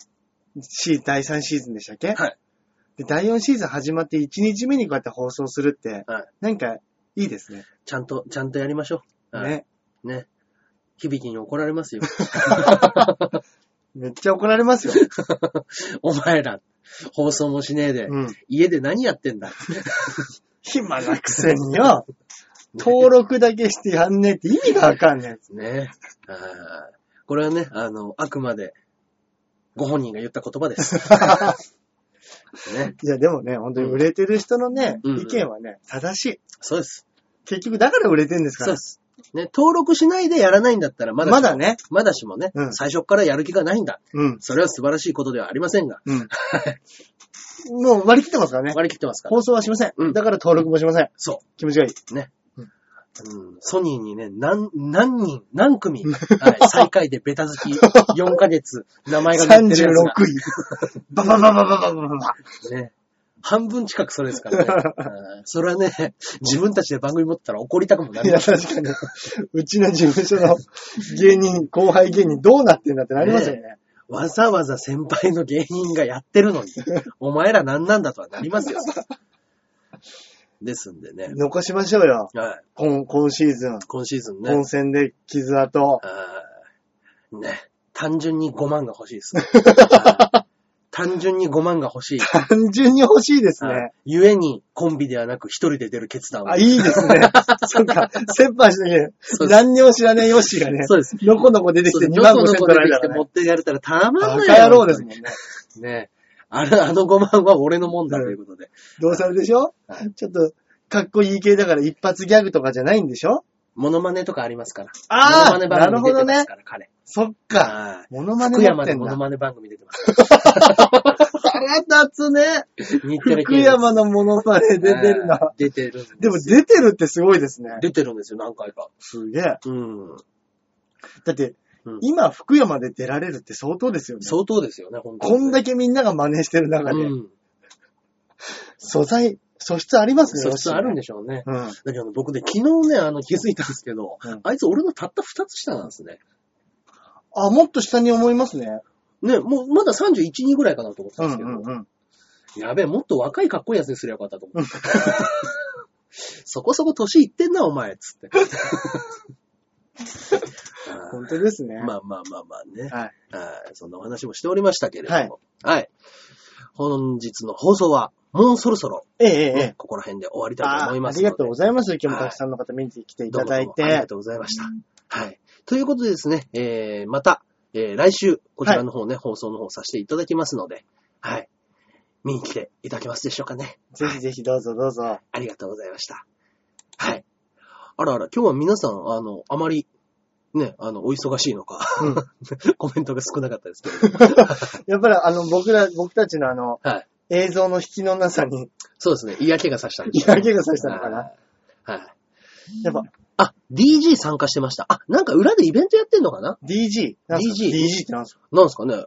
B: シー第3シーズンでしたっけ
A: はい。
B: で、第4シーズン始まって1日目にこうやって放送するって、
A: はい
B: なんか、いいですね。
A: ちゃんと、ちゃんとやりましょう。はい。
B: ね。
A: ね。響きに怒られますよ。
B: めっちゃ怒られますよ。
A: お前ら、放送もしねえで、
B: うん。
A: 家で何やってんだ。
B: 暇なくせによ。登録だけしてやんねえって意味がわかんね
A: ね。はい これはね、あの、あくまで、ご本人が言った言葉です。ね。
B: いや、でもね、本当に売れてる人のね、
A: うん
B: 意見はね、正しい。
A: そうです。
B: 結局だから売れてるんですか
A: そう
B: ら
A: で。す。ね、登録しないでやらないんだったらまだしも、
B: まだね。
A: まだしもね、
B: うん
A: 最初からやる気がないんだ。
B: うん。
A: それは素晴らしいことではありませんが、
B: うん。もう割り切ってますからね。
A: 割り切ってますから。
B: 放送はしません。
A: うん
B: だから登録もしません。
A: そ
B: 気持ちがいい。
A: う。ね
B: うん。
A: うん、ソニーにね、何、何人、何組、 はい、最下位でベタ付き4ヶ月、名前が載ってるや
B: 36位。バババババババババ。
A: つが、ね、半分近くそれですからね。うんそれはね、自分たちで番組持ってたら怒りたくもないる。
B: や、確かに。うちの事務所の芸人、後輩芸人どうなってんだってなりますよね。
A: わざわざ先輩の芸人がやってるの に、お前ら何なんだとはなりますよ。ですんでね。
B: 残しましょうよ。
A: はい。
B: 今、今シーズン。
A: 今シーズンね。
B: 本戦で傷跡。
A: あーね。単純に5万が欲しい ですね。はい単純に5万が欲しい。
B: 単純に欲しいです
A: はい
B: ね。
A: ゆえに、コンビではなく一人で出る決断を。
B: あ、いいですね。 そっか。折半しなき
A: そ
B: ゃ。
A: うです
B: 何にも知らないヨッシーがね。
A: そうです。
B: のこのこ出てきて2
A: の
B: 万
A: こ
B: 5
A: の
B: 千
A: こ
B: 取
A: 出
B: られ
A: てき
B: た
A: て
B: ら
A: 持っ。
B: ね
A: てやれたらたま
B: バ
A: んない
B: カ野郎ですもんね。
A: ね。あれ、あの5万は俺のもんだということで。
B: どうせあれでしょちょっと、かっこいい系だから一発ギャグとかじゃないんでしょ
A: モノマネとかありますから。
B: あ
A: モ
B: ー
A: ノマネ番組出てますから、彼。
B: そっか。
A: はい
B: モノマネ
A: 福
B: 持っ
A: 山
B: て
A: で
B: ん
A: モノ
B: だ。
A: マネ番組出てます。
B: 腹立つね。
A: 日テレ系
B: 福
A: です
B: 山のモノマネで出る
A: は
B: な。
A: い出てるんです。
B: でも出てるってすごいですね。
A: 出てるんですよ、何回か。
B: すげえ。
A: うん。
B: だって
A: うん、
B: 今福山で出られるって相当ですよね。
A: 相当ですよね、本当に。
B: こんだけみんなが真似してる中で
A: う、ん。
B: 素材、素質ありますね。
A: 素質あるん
B: で。
A: でしょうね。
B: うん。
A: だけどね僕ね、昨日ね、あの、気づいたんですけど、
B: うん
A: あいつ俺のたった2つ下なんですね。
B: あ、もっと下に思いますね。
A: ね、もうまだ31、2ぐらいかなと思ってたんですけど、
B: うん。
A: やべえ、もっと若いかっこいいやつにすればよかったと思って。 そこそこ年いってんな、お前、つ って。あ
B: 本当ですね。
A: ーまあまあまあまあね。
B: はい。
A: はい。そんなお話もしておりましたけれども。はい。本日の放送は、もうそろそろ、
B: ええええ
A: ね
B: ええ。
A: ここら辺で終わりたいと
B: あ
A: 思い
B: ーあ
A: ます
B: り
A: ので。
B: がとうございます。今日もたくさんの方見に来ていただい
A: どうもどうもあり
B: て
A: が。とうございました。はい。ということでですね、えー、また、えー、来週、こちらの方ね、放送の方させていただきますので、はい。見に来ていただけますでしょうかね。
B: ぜひぜひどうぞどうぞ。
A: ありがとうございました。はい。あらあら、今日は皆さん、あの、あまり、ね、あの、お忙しいのか、
B: うん
A: コメントが少なかったですけれども。
B: やっぱりあの、僕ら、僕たちのあの、
A: はい。
B: 映像の引きのなさに
A: そうですね、嫌気がさしたんでしょうね
B: 嫌気がさしたのかな。
A: はい。はい。
B: やっぱ、
A: あ、DG 参加してました。あ、なんか裏でイベントやってんのかな
B: DG。なんすか
A: DG
B: DG ってなんですか
A: なんですかね。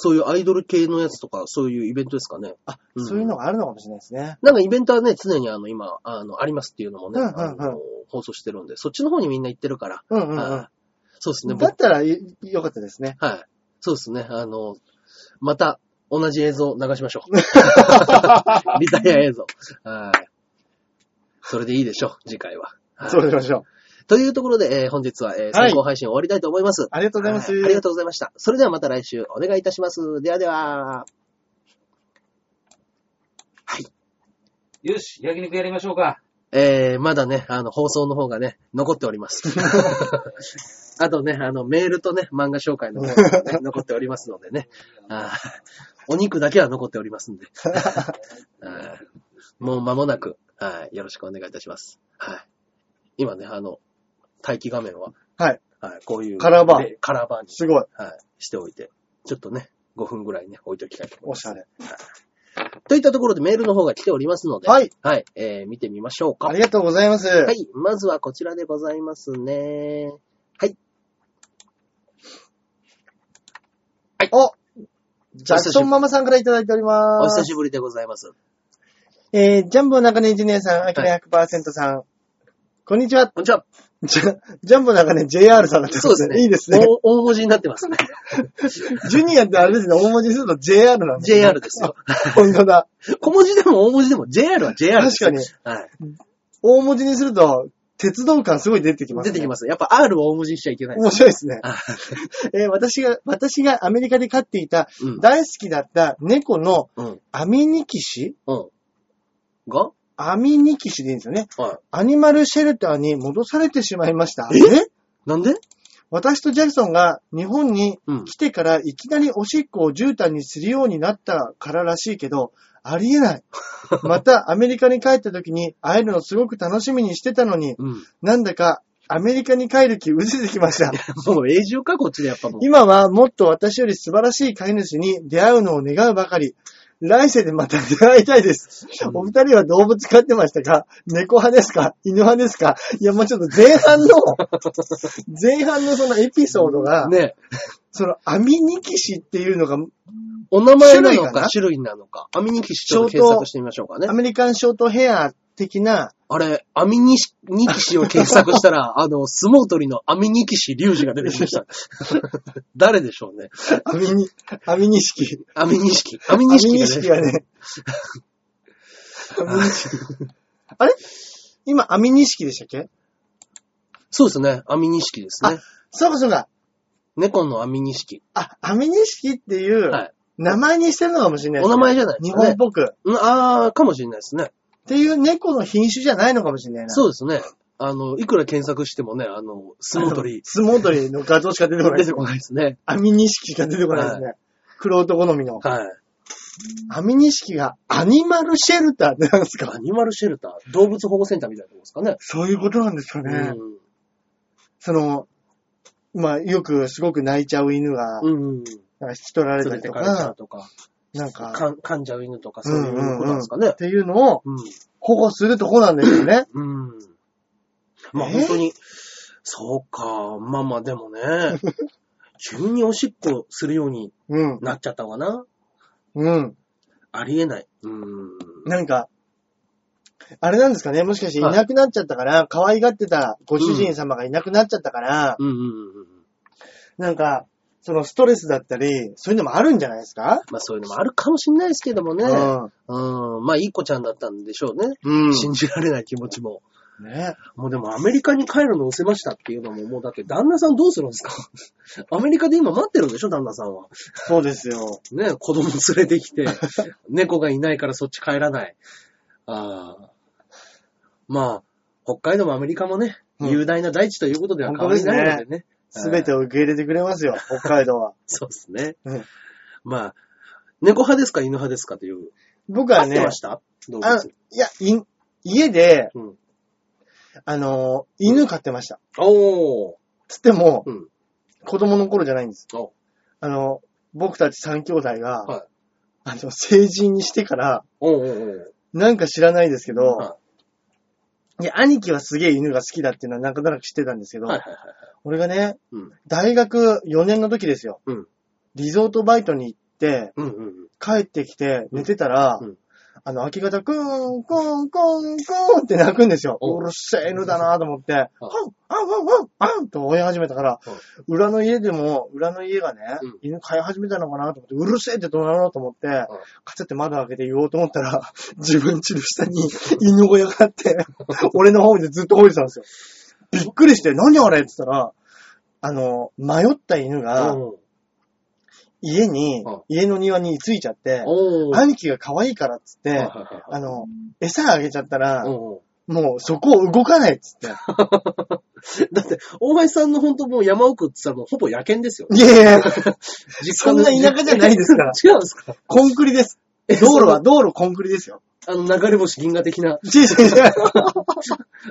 A: そういうアイドル系のやつとか、そういうイベントですかね。
B: あ、
A: うん
B: そういうのがあるのかもしれないですね。
A: なんかイベントはね、常にあの、今、あの、ありますっていうのもね、
B: うんうんうん
A: あの放送してるんで、そっちの方にみんな行ってるから。
B: うんうんうん
A: はいそうですね、。
B: だっ
A: 僕、
B: たらよよかったですね。
A: はい。そうですね、あの、また、同じ映像流しまし ょ う。リタイア映像。はい。それでいいでしょう、次回は。はい
B: そうしましょう。
A: というところで、えー本日は、えー
B: はい
A: 先行配信終わりたいと思います。
B: ありがとうございます。
A: はいありがとうございました。それではまた来週お願いいたします。ではでは。
C: よし、焼肉やりましょうか。
A: えー、まだね、あの、放送の方がね、残っております。 あとね、あの、メールとね、漫画紹介の方が、 ね、残っておりますのでね。あーお肉だけは残っており ますんで。あーもう間もなく、はい、よろしくお願いいたします。はい。今ね、あの、待機画面は、
B: はい。
A: はい、こういう。
B: カラーバー
A: で。カラーバーに、
B: すごい。
A: はい、しておいて、ちょっとね、5分ぐらいね、置いておきたいと思い
B: お
A: ます。
B: しゃれ。
A: といったところでメールの方が来ておりますので、
B: はい。
A: はい、えー、見てみましょうか
B: あ。りがとうございま す。
A: はい。まずはこちらでございますね。
B: おジャクソンママさんからいただいており
A: お
B: ます。
A: 久しぶりでございます。
B: えー、ジャンボ中根ジュニアさん、アキラ100%さん、こんにちは。
A: こんにちは。
B: ジャジャンボ中根 JR さんだって
A: そうですね。
B: いいですね。
A: 大大文字になって ますね。
B: ジュニアってあれですね、大文字にすると JR なんですね
A: JR ですよ。
B: 本当だ。
A: 小文字でも大文字でも JR は JR ですよ。
B: 確
A: かに。はい。
B: 大文字にすると、鉄道感すごい出てきます、
A: 出
B: ね。
A: てきます。やっぱ R を大文字にしちゃいけない。
B: 面白いですね。
A: あ
B: えー私が、私がアメリカで飼っていた、
A: うん。
B: 大好きだった猫の
A: うん。
B: アミニキシ
A: うん。が
B: アミニキシでいいんですよね。
A: は
B: アニマルシェルターに戻されてしまいました。
A: えい。なんで
B: 私とジャクソンが日本に
A: うん。
B: 来てからいきなりおしっこを絨毯にするようになったかららしいけど、ありえない。またアメリカに帰った時に会えるのすごく楽しみにしてたのに、
A: うん。
B: なんだかアメリカに帰る気うずてきました。
A: もう永住か、こっちでやっぱもう。
B: 今はもっと私より素晴らしい飼い主に出会うのを願うばかり。来世でまた出会いたいです。
A: うん
B: お二人は動物飼ってましたか猫派ですか犬派ですかいや、もうちょっと前 半の、前半のそのエピソードが、
A: ね。
B: そのアミニキシっていうのが
A: お名前なの
B: 種類かな
A: か、種類なのか。アミニキシちょっと検索してみましょうかね
B: ア。メリカンショートヘア的な、
A: あれ、アミニシニキシを検索した ら、あの、相撲取りのアミニキシリュウジが出てきました。 誰でしょうね。
B: アミニ、アミニシキ。
A: アミニシキ。アミ
B: アミ
A: ニシキ
B: ニ
A: が
B: シキ
A: ね。
B: がね、ア ミニシキ。あれ今、アミニシキでしたっけ
A: そうですね。アミニシキですね。
B: そうかそうか。
A: 猫のアミニシキ。
B: あ、アミニシキっていう
A: はい
B: 名前にしてるのかもしれないで
A: お
B: す
A: 名
B: ね、
A: 前じゃないで
B: 日
A: すか
B: 本っ
A: ね。
B: ぽく。っ
A: うんああ、かもしれないですね。
B: ていう猫の品種じゃないのかもしれないな。
A: そうですね。あの、いくら検索してもね、あの、相撲取り
B: 相撲取りの画像しか出てこ
A: 出
B: ないで
A: て
B: す。
A: こないですね。
B: アミニシキしか出てこないですね。黒男好みの。
A: はい。
B: アミニシキがアニマルシェルターってなんですか
A: アニマルシェルター、動物保護センターみたいなとこですかね。
B: そういうことなんですかね。
A: うん
B: その、まあ、よくすごく泣いちゃう犬が、
A: うん。
B: なんか引き取られ
A: 連
B: た
A: れ
B: り
A: て
B: と
A: かれちゃ
B: か
A: う、とか、
B: なんか、
A: かん噛んじゃう犬とか、そういうことなんですかね
B: っ。ていうのを
A: うん
B: 保護するとこなんですよね。
A: うん。まあ
B: え
A: 本当に、そうか、まあまあで もね、急におしっこするように
B: うん。
A: なっちゃったわな。
B: うん。
A: ありえない。うん。
B: なんか、あれなんですかねもしかしていなくなっちゃったから、可愛がってたご主人様がいなくなっちゃったから、
A: うんうんうんうん。
B: なんか、そのストレスだったり、そういうのもあるんじゃないですか、
A: まあそういうのもあるかもしれないですけどもね。
B: うん
A: うん。まあいい子ちゃんだったんでしょうね。。
B: うん。
A: 信じられない気持ちも。
B: ね。
A: もうでもアメリカに帰るのをせましたっていうのも、もうだって旦那さんどうするんですか アメリカで今待ってるんでしょ旦那さんは。
B: そうですよ。
A: ね、子供連れて きて、猫がいないからそっち帰らない。ああ。まあ、北海道もアメリカもね、
B: うん
A: 雄大な大地ということでは変わりないのでね。
B: すべてを受け入れてくれますよ、北海道は。
A: そうですね。
B: うん
A: まあ、猫派ですか犬派ですかという。
B: 僕は
A: 飼って
B: ね
A: ま、した動
B: あ
A: 物。
B: いや、い家で、
A: うん。
B: あのー犬飼ってました。
A: おー。
B: つっても、
A: うん。
B: 子供の頃じゃないんです。
A: お
B: あの、僕たち三兄弟が、
A: はい
B: あの、成人にしてから、
A: おーおー
B: なんか知らないですけど、
A: おー。はい
B: や、兄貴はすげえ犬が好きだっていうのはなんとなく知ってたんですけ
A: い
B: ど、
A: はいはいはい。
B: 俺がね、
A: うん。
B: 大学4年の時ですよ。
A: うん
B: リゾートバイトに行って、
A: うんうんうん。
B: 帰ってきて寝てたら、
A: うんうん
B: あの、明け方、クーン、クーン、クーン、クーンって泣くんですよ。
A: お
B: うるせえ犬だなと思って、あン、あン、あン、あン、あンと追い始めたから、裏の家でも、裏の家がね、
A: うん
B: 犬飼い始めたのかなと思って、うるせえって怒鳴ろうと思って、カチャって窓開けて言おうと思ったら、自分家の下に犬小屋があって、俺の方でずっと吠えてたんですよ。びっくりして、何あれって言ったら、あの、迷った犬が、
A: お
B: 家に
A: うん、
B: 家の庭に居ついちゃって
A: ー、おー。
B: 兄貴が可愛いからっつっ
A: はい
B: て
A: は、いはい
B: あの、餌あげちゃったら、
A: お
B: もうそこを動かないっつって。
A: ー だって、大林さんの本当もう山奥って言ったらほぼ野犬ですよ。
B: いやいや、
A: 実
B: そ
A: 家
B: ん
A: の
B: な田舎じゃないですから。
A: 違うんですか
B: コンクリです。
A: え
B: 道路は
A: そ
B: 道路コンクリですよ。
A: のあの、流れ星銀河的な
B: 違う違う違う。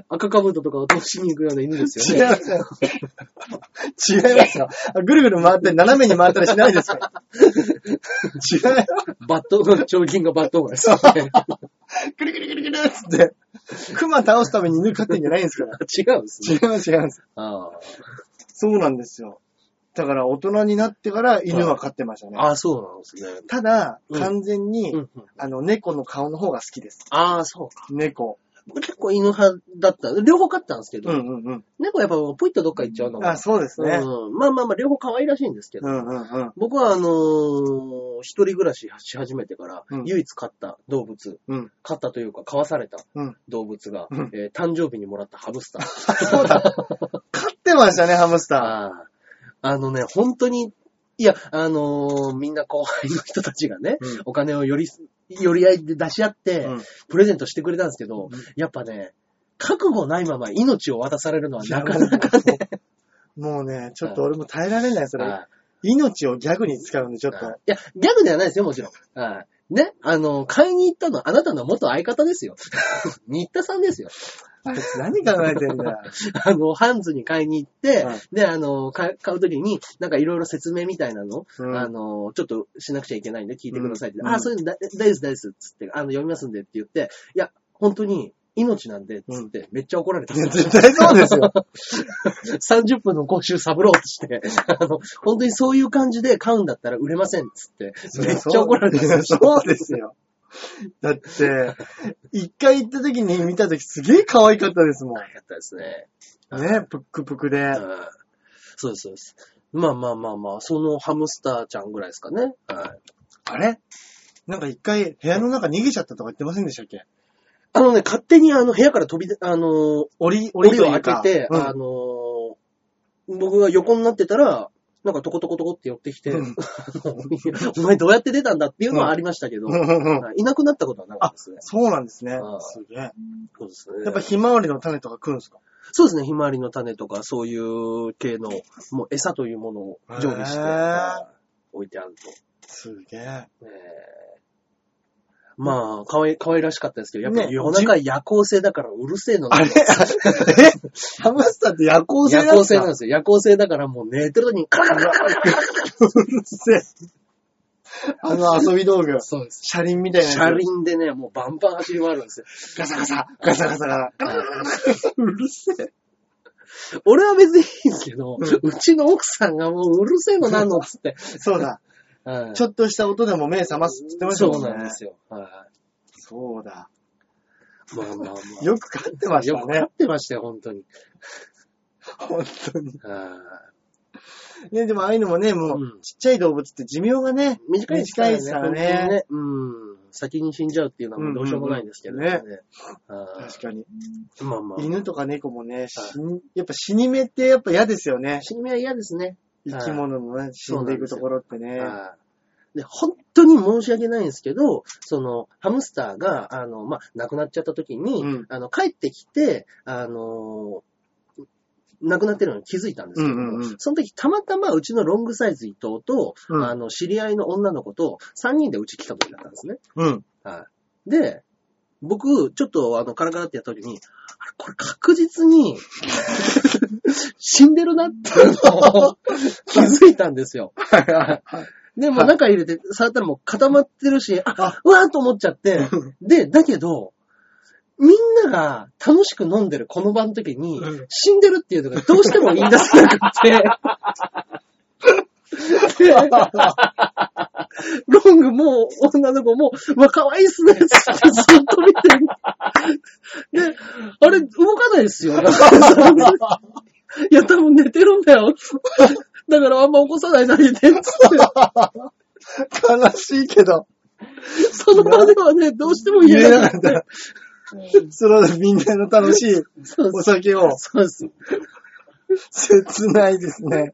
A: 赤かぶととかを通しに行くような犬です
B: 違い
A: よね。
B: ますよ。違いますよ。ぐるぐる回って斜めに回ったりしないですから。違
A: バット、超銀河バットマンですよね。
B: う。くるくるくるくるっつって。熊倒すために犬飼ってんじゃないんですから。
A: 違うんです
B: 違
A: ね。
B: います違います。
A: あー
B: そうなんですよ。だから大人になってから犬は飼ってましたね。
A: あー、そうなんですね。
B: ただ、
A: うん
B: 完全に、
A: うんうん、
B: あの、猫の顔の方が好きです。
A: ああ、そうか。
B: 猫。
A: 僕結構犬派だった。両方飼ったんですけど、
B: うんうん
A: 猫やっぱポイッとどっか行っちゃう
B: う
A: の
B: ん。
A: が。
B: あ、そうですね。
A: うん、まあまあまあ、両方可愛らしいんですけど。
B: うんうんうん。
A: 僕はあのー一人暮らしし始めてから、
B: うん
A: 唯一飼った動物、
B: うん
A: 飼ったというか、飼わされた
B: うん
A: 動物が、
B: うん
A: えー誕生日にもらったハブスター。
B: あ、そうだ。飼ってましたね、ハムスタ
A: あああのね、本当に、いや、あのーみんな後輩の人たちがね、
B: うん
A: お金をより、より合いで出し合って、
B: うん
A: プレゼントしてくれたんですけど、
B: うん
A: やっぱね、覚悟ないまま命を渡されるのは
B: ー。
A: なかなか
B: かね。もうね、ちょっと俺も耐えられない、それ。
A: はい
B: 命をギャグに使うんで、ちょっ
A: はい
B: と。
A: いや、ギャグではないですよ、もちろん。はい。ね、あの、買いに行ったのはあなたの元相方 ですよ。新田さんですよ。
B: あいつ何考えてんだよ。
A: あの、ハンズに買いに行って、
B: はい
A: で、あの、買買うときに、なんかいろいろ説明みたいなの、
B: うん
A: あの、ちょっとしなくちゃいけないんで聞いてくださいって、
B: うん
A: あ、そういうのだ大です、大です、つって、あの、読みますんでって言って、いや、本当に、命なんで、つって、めっちゃ怒られた。
B: いや絶対そうですよ。
A: 30分の講習サブローとして、あの、本当にそういう感じで買うんだったら売れません、つって、めっちゃ怒られた。
B: いやそうですよ。だって、一回行った時に見た時すげえ可愛かったですもん。
A: やったですね。
B: ね、ぷっくぷくで。
A: うんそうです、そうです。まあまあまあまあ、そのハムスターちゃんぐらいですかね。はい。
B: あれなんか一回部屋の中逃げちゃったとか言ってませんでしたっけ
A: あのね、勝手にあの、部屋から飛び出、あのー、
B: 檻、
A: 檻
B: とい
A: を
B: う
A: 開
B: か
A: けて、
B: うん
A: あのー僕が横になってたら、なんかトコトコトコって寄ってきて、
B: うん
A: お前どうやって出たんだっていうのはありましたけど、
B: うんうんうん
A: はいいなくなったことはなかったですね。
B: そうなんですね
A: う。ん
B: すげえ。
A: そうですね。
B: やっぱひまわりの種とか食うんですか
A: そうですね、ひまわりの種とかそういう系の、もう餌というものを常備して
B: へー
A: 置いてあると。
B: すげえ。
A: えーまあ、かわい、かわいらしかったですけど、やっぱり
B: ね
A: 夜中夜行性だからうるせえの。
B: あれえハムスターって夜行性
A: 夜
B: なん
A: 行
B: です
A: 性なん
B: か
A: ですよ。夜行性だからもう寝てる時にカラカラカラカラカラ
B: うるせえ。あの遊び道具。
A: そうです。
B: 車輪みたいなやつ。
A: 車輪でね、もうバンバン走り回るんですよ。
B: ガサガサ、ガサガサが。うるせえ。
A: 俺は別にいいんですけど、
B: うん
A: うちの奥さんがもううるせえのなんのっつって。
B: そうだ。
A: はい
B: ちょっとした音でも目覚ますって言ってましたも
A: そ
B: ん
A: う
B: ね。
A: なんですよ。は
B: そうだ。
A: い。まあまあまあ。
B: よく飼ってまし
A: よ
B: た
A: く飼
B: ね
A: っ。てましたよ、本当に。
B: 本当に。
A: は
B: ね、でもああいうのもね、も
A: うん
B: う、ちっちゃい動物って寿命がね、
A: い短いですからね。
B: 短いですか
A: 本
B: らね
A: 当にうん。先に死んじゃうっていうのはもうどうしようもないんですけどね。は
B: 確かに。
A: いまあまあ。
B: 犬とか猫もね、死に、やっぱ死に目ってやっぱ嫌ですよね。
A: 死に目は嫌ですね。
B: 生き物のね、死んでいくところってね。
A: はいで、本当に申し訳ないんですけど、その、ハムスターが、あの、まあ、亡くなっちゃった時に、
B: うん
A: あの、帰ってきて、あの亡くなってるのに気づいたんですけども、
B: うんうんうん
A: その時たまたまうちのロングサイズ伊藤と、
B: うん
A: あの、知り合いの女の子と3人でうち来た時だったんですね。
B: うん。
A: はい。で、僕、ちょっとあの、カラカラってやった時に、あれ、これ確実に、 死んでる なっていうのを気づいたんですよ。で、もう中入れて触ったらもう固まってるし、あ
B: あ、
A: うわーと思っちゃって、 で、だけど、みんなが楽しく飲んでるこの場の時に
B: うん、
A: 死んでるっていうのがどうしても言い出せなく て。 でロングも女の子も、うわ、可愛いっすねっつってずっと見てる。で、あれ、動かないですよ。なんかそのいや、多分寝てるんだよ。だからあんま起こさないであげてっつって。
B: 悲しいけど、
A: その場ではね、どうしても言
B: 言
A: え
B: え
A: な
B: な
A: か
B: か
A: っ。
B: ったた。そのみんなの楽しい
A: そう
B: お
A: です。
B: 酒を、
A: そうです。
B: 切ないですね。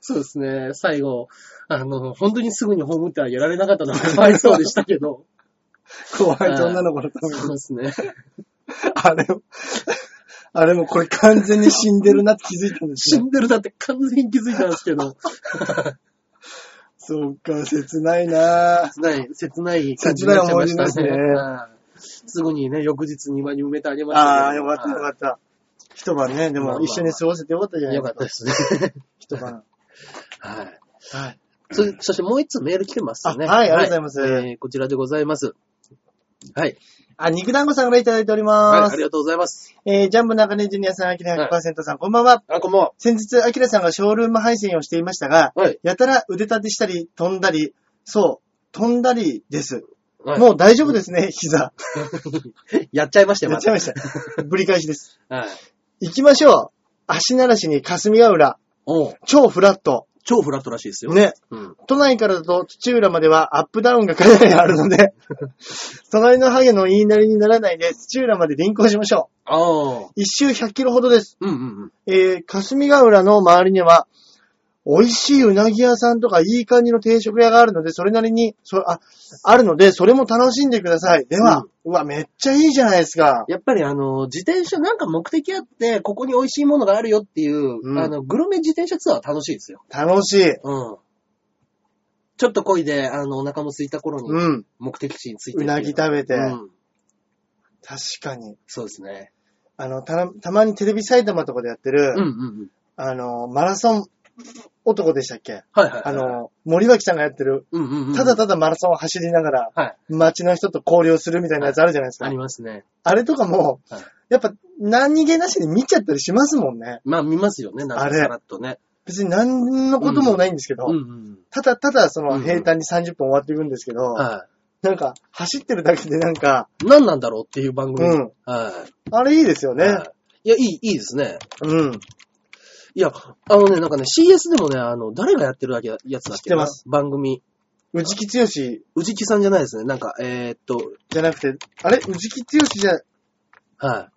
A: そうですね。最後、あの、本当にすぐに葬ってあげられなかったのはかわいそうでしたけど。
B: 怖い女の子のために
A: そう。ですね。
B: あれも、あれもこれ完全に死んでるなって気づいたんで
A: 死
B: すよ。
A: んでるだって完全に気づいたんですけど、
B: そうか、切ないなぁ。
A: 切ない、切ない感じになっちゃいました
B: 切ない
A: ね。
B: 思い出ですね
A: はいすぐにね、翌日庭に埋めてあげましたけど。
B: ああ、よかったよかった。一晩ね、で
A: まあまあ
B: も
A: まあ
B: 一緒に過ごせてよかったじゃない
A: よ
B: で
A: か
B: す
A: っ
B: か。
A: たですね。
B: 一晩。
A: はい。
B: はい。
A: そそしてもう一つメール来てますね。
B: あはいありがとうございます
A: えーこちらでございます。はい。
B: あ、肉団子さんからいただいておりま
A: はい、あ
B: す。
A: りがとうございます。
B: えー、ジャンボ中根ジュニアさん、アキラ100%さん、こんばんは。
A: あ、こんばんは。
B: 先日、アキラさんがショールーム配信をしていましたが、
A: はい。
B: やたら腕立てしたり、飛んだり、そう、飛んだりです。
A: はい
B: もう大丈夫ですね、膝。
A: やっちゃいましたよ、
B: やっちゃいました。ぶり返しです。
A: た。はい。
B: 行きましょう。足慣らしに霞ヶ浦。
A: おう
B: 超フラット。
A: 超フラットらしいですよ。。
B: ね。
A: うん。
B: 都内からだと土浦まではアップダウンがかなりあるので、 隣のハゲの言いなりにならないで土浦まで輪行しましょ
A: ああ。
B: う。一周100キロほどです。
A: うんうんうん。
B: えー、霞ヶ浦の周りには、美味しいうなぎ屋さんとかいい感じの定食屋があるので、それなりに、そあ、あるので、それも楽しんでください。では、うわ、めっちゃいいじゃないですか。
A: やっぱりあの、自転車なんか目的あって、ここに美味しいものがあるよっていう、
B: うん
A: あの、グルメ自転車ツアーは楽しいですよ。
B: 楽しい。
A: うん。ちょっと漕いで、あの、お腹も空いた頃に、
B: うん。
A: 目的地に着いて
B: うなぎ食べて。
A: うん。
B: 確かに。
A: そうですね。
B: あの、たな、たまにテレビ埼玉とかでやってる、
A: うんうんうん。
B: あの、マラソン男でしたっけ
A: はいはい、はい。
B: あ、の、森脇さんがやってる、
A: うんうんうん。
B: ただただマラソンを走りながら、
A: はい。
B: 街の人と交流するみたいなやつあるじゃないですか。
A: ありますね。
B: あれとかも、
A: はい
B: やっぱ何気なしに見ちゃったりしますもんね。
A: まあ見ますよね、なん
B: あ
A: か
B: れ
A: さらっとね。
B: 別に何のこともないんですけど、
A: うんうん。
B: ただただその
A: うん
B: 平坦に30分終わっていくんですけど、
A: は
B: なんか走ってるだけでなんか、
A: い。何なんだろうっていう番
B: う
A: 組。
B: ん、
A: は
B: あれいいですよ
A: い。
B: ね。
A: はい。いや、いい、いいですね。
B: うん。知っ
A: いや、あのね、なんかね、CS でもね、あの、誰がやってるだけやつだっけ知っ
B: 知ってます。
A: 番組。
B: 内木剛じ
A: 宇治木さんじゃないですね。なんか、えーっと、
B: ゃなくて、あれ内木剛じゃ、
A: は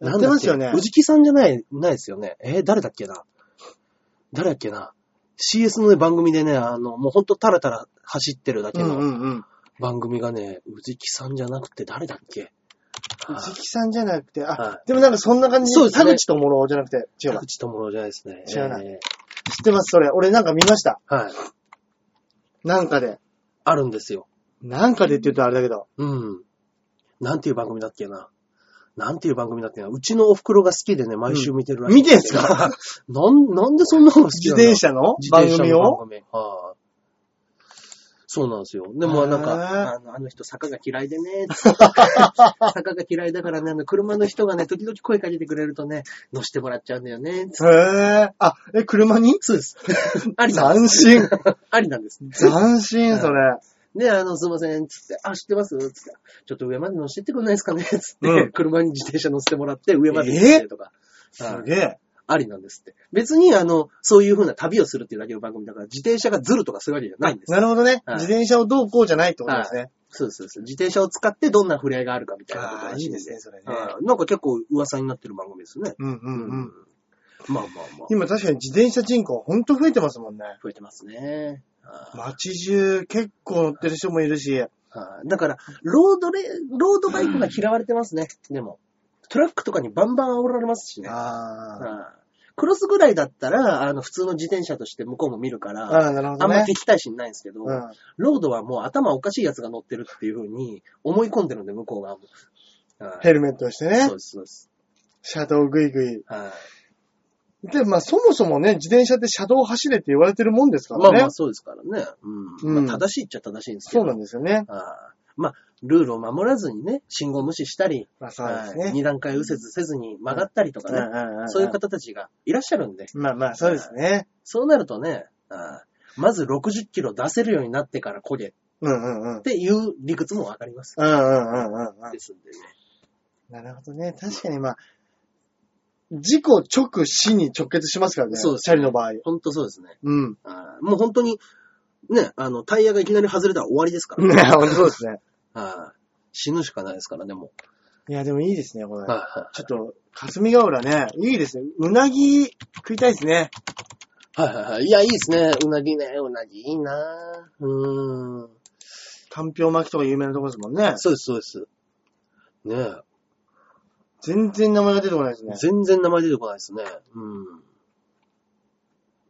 A: い。
B: やってますよね
A: なんだっけ宇治木さんじゃない、ないですよね。えー誰だっけな誰だっけな ?CS のね、番組でね、あの、もうほんとタラタラ走ってるだけ
B: うんう
A: の
B: んうん。
A: 番組がね、宇治木さんじゃなくて誰だっけはい
B: 内木さんじゃなくて、あ、
A: は
B: でもなんかそんな感じ
A: そうですね
B: 田口智郎じゃなくて、違う
A: 田
B: わ。
A: 口智郎じゃないですね。
B: 知らない
A: え
B: 知ってます、それ。俺なんか見ました。
A: ーはい。
B: なんかで。
A: あるんですよ。
B: なんかでって言うとあれだけど。
A: うん。なんていう番組だっけな。なんていう番組だっけな。うちのお袋が好きでね、毎週見てるらしい、
B: 見てんすか
A: なん、なんでそんなのが好き
B: 自
A: なんだろう
B: 転車の
A: 自
B: 番
A: 転車の
B: 組を
A: 番組はいそうなんですよ。でもなん
B: へー
A: か、あのあの人坂が嫌いでね、 つって坂が嫌いだからね、あの車の人がね、時々声かけてくれるとね、乗してもらっちゃうんだよね、つって
B: へえ。あ、え、車に
A: そうです。 ありなんで
B: 斬新。
A: す。ありなんです。
B: 斬新、それ。
A: で、あの、すいません、つって、あ、知ってますつって、ちょっと上まで乗せてってくんないですかねつって、
B: うん
A: 車に自転車乗せてもらって、上まで乗せてとか。
B: す
A: はい
B: げえ。
A: ありなんですって。別に、あの、そういう風な旅をするっていうだけの番組だから、自転車がずるとかそういうわけじゃないんです。
B: なるほどね。
A: はい
B: 自転車をどうこうじゃないってことですね。
A: そうですそうです。自転車を使ってどんな触れ合いがあるかみたいなこと
B: ああ、
A: ら
B: い
A: しい
B: い
A: ん
B: で
A: ですす
B: ね、それね。
A: はいなんか結構噂になってる番組ですね。
B: うんう
A: うん
B: うん。。
A: まあまあまあ。
B: 今確かに自転車人口ほんと増えてますもんね。
A: 増えてますね。はい
B: 街中結構乗ってる人もいるし、
A: はいだから、ロードレ、ロードバイクが嫌われてますね。でも。トラックとかにバンバン煽られますしね。
B: あ
A: はいクロスぐらいだったら、あの、普通の自転車として向こうも見るか
B: あ、
A: ら、
B: ああ、なるほ
A: あ
B: ど
A: んま
B: ね。
A: 敵対心ないんですけど、
B: うん、
A: ロードはもう頭おかしい奴が乗ってるっていう風に思い込んでるんで、向こう側も。はい
B: ヘルメットをしてね
A: そう、です、そうです。
B: 車道グイグイ。
A: はい。
B: で、まあそもそもね、自転車って車道を走れって言われてるもんですからね。
A: まあまあそうですからね。うん。
B: うん
A: まあ正しいっちゃ正しいんですけ
B: そ
A: ど。
B: うなんですよね。
A: ああまあ、ルールを守らずにね、信号無視したり、
B: まあそうですね
A: はい。二段階右折せずに曲がったりとかね、
B: んんん
A: そういう方たちがいらっしゃるんで、
B: まあまあそうですね。
A: そうなるとね、ああまず60キロ出せるようになってから焦げっ
B: うんうんうん。
A: ていう理屈もわかります。
B: うんうんうんうんうん。
A: ですんでね。
B: なるほどね。確かにまあ、事故直死に直結しますからね。
A: そうです
B: チャリの場合。
A: ほんとそうですね。
B: うん。
A: ああもう本当に、ね、あの、タイヤがいきなり外れたら終わりですから、
B: ね、 本当そうですね。
A: ああ死ぬしかないですからね、も
B: いや、でもいいですね、これ
A: う。。はいはい
B: ちょっと、霞ヶ浦ね、いいですね。うなぎ食いたいですね。
A: はいはいはい。いや、いいですね。うなぎね。うなぎいいなぁうーん。
B: かんぴょう巻きとか有名なとこですもんね。
A: そうです、そうです。ねえ。
B: 全然名前が出てこないですね。
A: 全然名前出てこないですね。うん。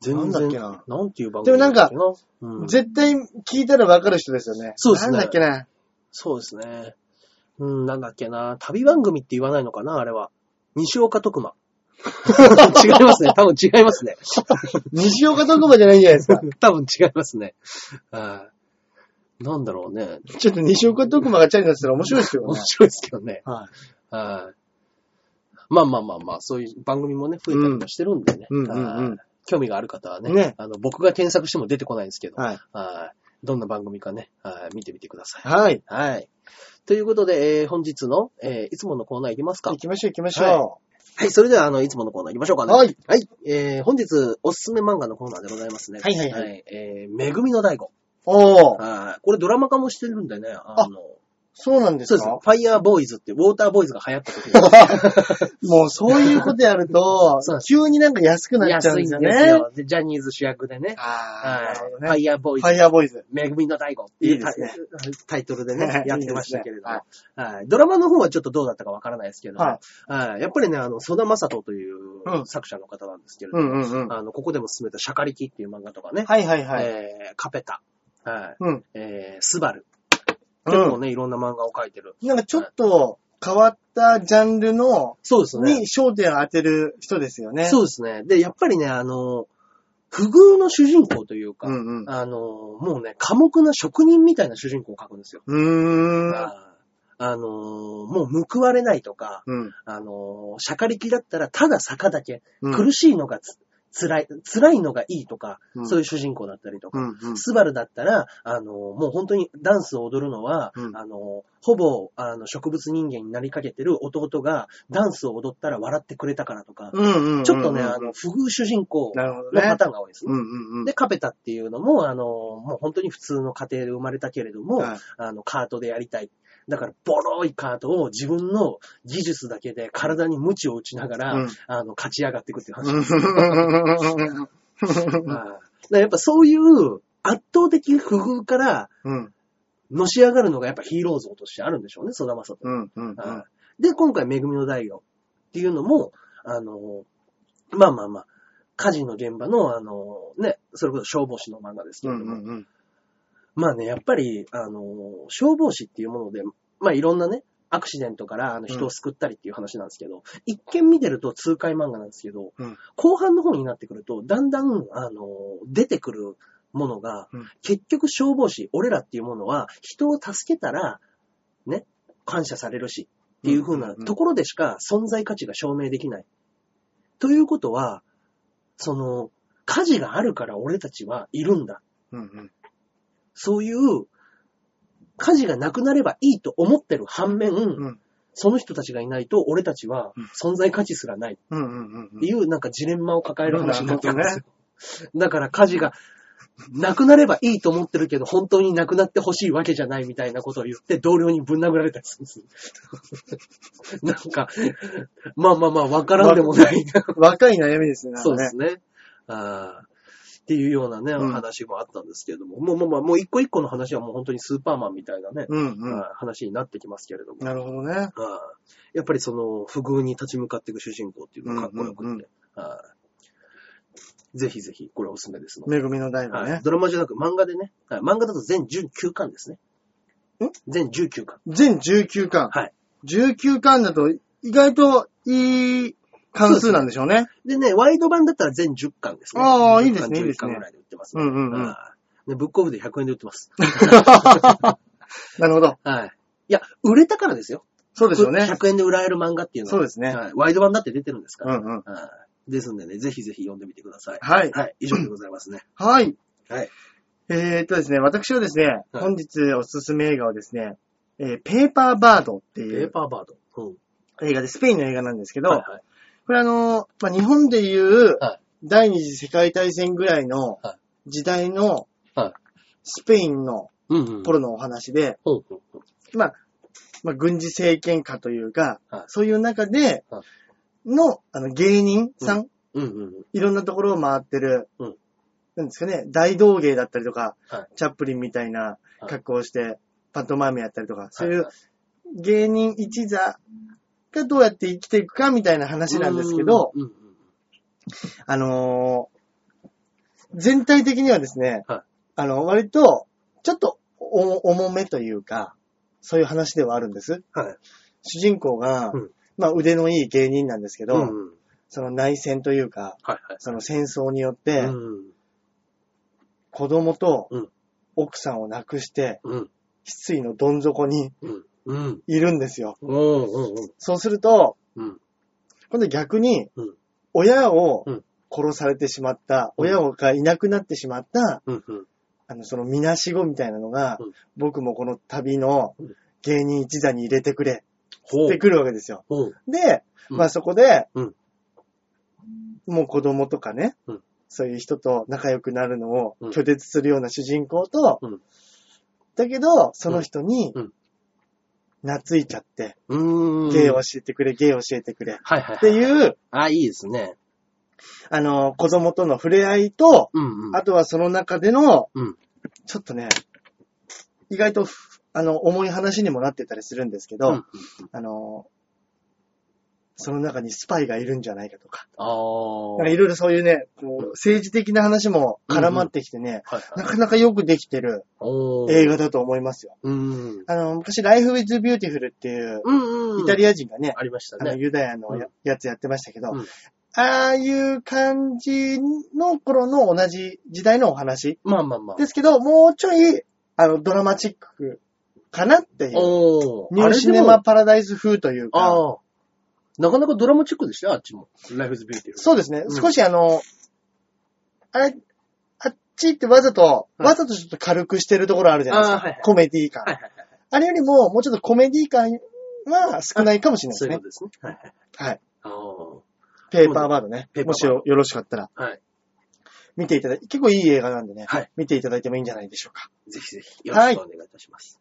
A: 全然。
B: なんだっけな。
A: なんていう番組
B: でもなんか
A: だっけな、うん、
B: 絶対聞いたらわかる人ですよね。
A: そうですね
B: なんだっけな。
A: そうですね。うん、なんだっけな。旅番組って言わないのかなあれは。西岡徳馬。 違いますね。多分違います ね。
B: 西岡徳馬じゃないんじゃないです か。
A: 多分違いますね。はい。なんだろうね。
B: ちょっと西岡徳馬がチャリになってたら面白いですよ
A: 面
B: ね。
A: 白いですけどね。
B: はい。
A: はい。まあまあまあまあ、そういう番組もね、増えたりもしてるんでね。
B: うんうんうんうん
A: はい興味がある方はね
B: ね
A: あの、僕が検索しても出てこないんですけど、
B: はい。
A: はいどんな番組かね、はい見てみてください。
B: はい。
A: はい。ということで、えー本日の、えーいつものコーナーいきますか
B: 行。きましょう行きましょ
A: はい、それでは、あの、いつものコーナーいきましょうか
B: う。
A: ね。。
B: はいい。
A: はい、えー本日、おすすめ漫画のコーナーでございますね。
B: はいはいはい
A: えー、めぐみの大悟。
B: おー。
A: はい。これドラマ化もしてるんでね、あの、
B: そうなんです
A: そうです。
B: か
A: ファイヤーボーイズって、ウォーターボーイズが流行った時に
B: もうそういうことやると
A: そうなんで、
B: 急になんか安くなっちゃうん
A: 安い
B: で
A: ん
B: すよ
A: です
B: ね。
A: よ。で、ジャニーズ主役でね。
B: ああ、な
A: はい
B: るほど。
A: フ
B: ね。
A: ァイヤーボーイ
B: ファ
A: ズ。
B: イヤーボーイズ。
A: めぐみの大悟ってい
B: いうい
A: タ
B: で
A: イ
B: すね
A: タイトルで
B: はい
A: ね、やってましたけれども
B: いいで
A: はい。ドラマの方はちょっとどうだったかわからないですけども、
B: は
A: はい。やっぱりね、あの、ソダマサトという
B: うん
A: 作者の方なんですけれど
B: う
A: も、
B: んうんうん。は
A: あの、ここでも進めたシャカリキっていう漫画とかね、
B: いはいはい。
A: えー、カペタ、はい、
B: うん。
A: えー、スバル。結
B: う
A: 構ね、いろんな漫画を描いてる。
B: ん。なんかちょっと変わったジャンルの、
A: そうですね。
B: に焦点を当てる人ですよね。。
A: そううですね。で、やっぱりね、あの、不遇の主人公というか、
B: うんうん。
A: あの、もうね、寡黙な職人みたいな主人公を描くんですよ。
B: うーん。
A: あーあの、もう報われないとか、
B: うん。
A: あの、シャカリキだったらただ坂だけ、
B: うん
A: 苦しいのがつ、辛い、辛いのがいいとか、
B: うん
A: そういう主人公だったりとか、
B: うんうん。
A: スバルだったら、あの、もう本当にダンスを踊るのは、
B: うん
A: あの、ほぼ、あの、植物人間になりかけてる弟が、ダンスを踊ったら笑ってくれたからとか、
B: うんうんうんうん。
A: ちょっとね、あの、不遇主人公
B: なるほ
A: の
B: どね
A: パ。ターンが多いですね。
B: うんうんうん。
A: で、カペタっていうのも、あの、もう本当に普通の家庭で生まれたけれども、
B: はい
A: あの、カートでやりたい。だから、ボロいカートを自分の技術だけで体に無知を打ちながら、
B: うん
A: あの、勝ち上がっていくっていう話。
B: う
A: はいだからやっぱそういう圧倒的不遇から
B: ん。
A: のし上がるのがやっぱヒーロー像としてあるんでしょうね、ソダマサと。
B: うん。うん。
A: はいで、今回、めぐみの代表っていうのも、あの、まあまあまあ、火事の現場の、あの、ね、それこそ消防士の漫画ですけ
B: う
A: れども、
B: ん。うん。
A: まあね、やっぱり、あの、消防士っていうもので、まあいろんなね、アクシデントからあの人を救ったりっていう話なんですけど、一見見てると痛快漫画なんですけど、
B: うん
A: 後半の方になってくると、だんだん、あの、出てくるものが、
B: うん
A: 結局消防士、俺らっていうものは、人を助けたら、ね、感謝されるし、っていう風
B: うん
A: な
B: うんうん
A: ところでしか存在価値が証明できない。ということは、その、火事があるから俺たちはいるんだ。
B: うん。
A: そういう、家事がなくなればいいと思ってる反面、
B: ん
A: その人たちがいないと俺たちは存在価値すらないっ
B: うん。うん。うん
A: て。いうなんかジレンマを抱える話になってるんです
B: なる
A: よ。だから家事がなくなればいいと思ってるけど、本当になくなってほしいわけじゃないみたいなことを言って同僚にぶん殴られたりするんですよ なんか、まあまあまあわからんでもない。
B: 若い悩みですね。
A: そうですね。あーっていうようなね、
B: うん
A: お話もあったんですけれども、もう、もうまあ、もう一個一個の話はもう本当にスーパーマンみたいなね、
B: うん。う
A: あー話になってきますけれども
B: ん。、なるほどね。
A: あーやっぱりその、不遇に立ち向かっていく主人公っていうのがかっこよくて、
B: うんうんうん
A: あーぜひぜひ、これおすすめですので、
B: めぐみの大悟
A: はい
B: ね。
A: ドラマじゃなく漫画でね、はい漫画だと全19巻ですね
B: ん。
A: 全19巻。
B: 全19巻。
A: はい。
B: 19巻だと、意外といい関数なんでしょうね。
A: でね、ワイド版だったら全10巻ですね。
B: あー
A: 10
B: いいですねいいで
A: 11
B: す
A: 巻
B: ね
A: ぐらいで売ってます
B: う
A: ね。
B: んうんうん。
A: あーでブックオフで100円で売ってます。
B: なるほど。
A: はい。いや、売れたからですよ。
B: そうですよね。
A: 100円で売られる漫画っていうのは。
B: そうですね。
A: はい。ワイド版だって出てるんですか
B: う
A: ら。
B: んうん。
A: はい。ですんでね、ぜひぜひ読んでみてください。
B: はい。
A: はい。以上でございますね。
B: はい。
A: はい。
B: えーっとですね、私はですね、
A: はい
B: 本日おすすめ映画はですね、えーペーパーバードって
A: ペ
B: い
A: ー
B: う
A: パーバード。うん。
B: 映画で、スペインの映画なんですけど、
A: はいはい。
B: これあの、まあ、日本でいう
A: はい、
B: 第二次世界大戦ぐらいの
A: は
B: 時代の
A: はい、
B: スペインの
A: うんうん。
B: 頃のお話で、
A: ほうほうほう。
B: まあ、まあ、軍事政権下というか、
A: はい
B: そういう中で
A: は
B: の、あの、芸人さん、
A: うんうんうん。
B: いろんなところを回ってる、
A: うん
B: なんですかね、大道芸だったりとか、
A: は
B: チャップリンみたいない格好をして、パントマイムやったりとか、そうい
A: は
B: う
A: は
B: 芸人一座がどうやって生きていくかみたいな話なんですけど、
A: うんうん
B: あのー全体的にはですね、
A: はい
B: あの、割と、ちょっとお重めというか、そういう話ではあるんです。
A: うん。はい。
B: 主人公が、
A: うん
B: まあ腕のいい芸人なんですけど、
A: うんうん。
B: その内戦というか、
A: はい
B: その戦争によっ
A: は
B: て
A: い。う、ん
B: 子供と
A: うん
B: 奥さんを亡くして、
A: うん。
B: 失意のどん底に
A: うん。うん。
B: いるんですよ。
A: おーおー
B: そうすると、
A: おーうん。
B: 今度逆に
A: うん、
B: 親を
A: うん
B: 殺されてしまった、
A: うん
B: 親がいなくなってしまった、
A: うんうん。
B: あの、そのみなしごみたいなのが、
A: うん
B: 僕もこの旅の
A: うん
B: 芸人一座に入れてくれ、
A: ほう
B: ってくるわけですよ。
A: ほう。
B: で、
A: うん
B: まあそこで、
A: うん
B: もう子供とかね、
A: うん
B: そういう人と仲良くなるのを
A: うん
B: 拒絶するような主人公と、
A: うん
B: だけど、その人に、
A: うん
B: 懐いちゃって、
A: うーん。
B: 芸教
A: は。
B: えてくれ、芸教えてくれ。っ
A: はいはい
B: て
A: はい。
B: いう、
A: あ、いいですね。
B: あの、子供との触れ合いと、
A: うんうん。
B: あとはその中での、
A: うん
B: ちょっとね、意外と、あの、重い話にもなってたりするんですけど、
A: うんうん
B: あの、その中にスパイがいるんじゃないかとか、
A: あ
B: なん
A: ー
B: かいろいろそういうね、こう政治的な話も絡まってきてね、
A: はいはい
B: なかなかよくできてる
A: おー
B: 映画だと思いますよ。
A: うん。
B: あの、昔、Life with Beautiful っていう、
A: うんうん。
B: イタリア人がね、
A: ありました
B: あの、
A: ね。
B: ユダヤのや,、
A: う
B: つやってましたけど、
A: うん
B: ああいう感じの頃の同じ時代のお話
A: まあまあまあ。
B: ですけど、もうちょい、あの、ドラマチックかなっていう、
A: おー
B: ニューシネマパラダイス風とい
A: あ
B: う
A: れで
B: か、
A: もあー。なかなかドラマチックでしたよ、あっちも。ライフズビューティフル。
B: そうですね、
A: うん
B: 少しあの、あれ、あっちってわざと、
A: はい
B: わざとちょっと軽くしてるところあるじゃないですか、
A: あーはいはい
B: コメディ感、
A: はいはいはい。
B: あれよりも、もうちょっとコメディ感は少ないかもしれないで
A: そ
B: す
A: ういうこ
B: ね
A: と。ですね。はいはい。
B: はい。
A: あー
B: ペーパーバードね。
A: ペーパーバード
B: もしよよろしかったら。
A: はい。
B: 見ていただいて、結構いい映画なんでね、
A: はい
B: 見ていただいてもいいんじゃないでしょうか。
A: ぜひぜひ、よろしくお願いいたします。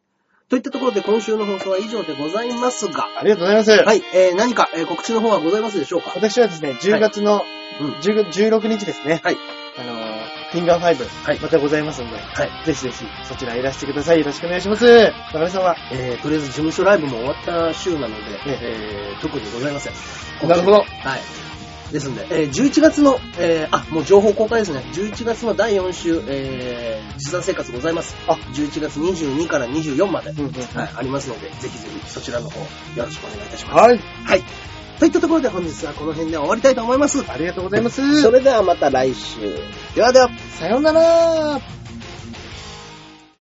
A: といったところで今週の放送は以上でございますが、
B: ありがとうございます。
A: はい、えー、何か、えー告知の方はございますでしょうか
B: 私はですね、10月の、
A: うん
B: 10 16日ですね、
A: はい
B: あのー、フィンガー5、
A: い
B: またございますので、
A: はい
B: ぜひぜひそちらいらしてください。よろしくお願いします。中根さんは、
A: えー、とりあえず事務所ライブも終わった週なので、
B: ええ
A: えー、特にございません。
B: なるほど
A: はい。ですんで、えー、11月の、えー、あ、もう情報公開ですね。11月の第4週、えー、実産生活ございます。
B: あ
A: 11月22から24まで、
B: んうんうん
A: はい、ありますので、ぜひぜひそちらの方、よろしくお願いいたします。
B: はい、
A: はい。といったところで本日はこの辺で終わりたいと思います。
B: ありがとうございます。
A: それではまた来週。ではでは。
B: さようなら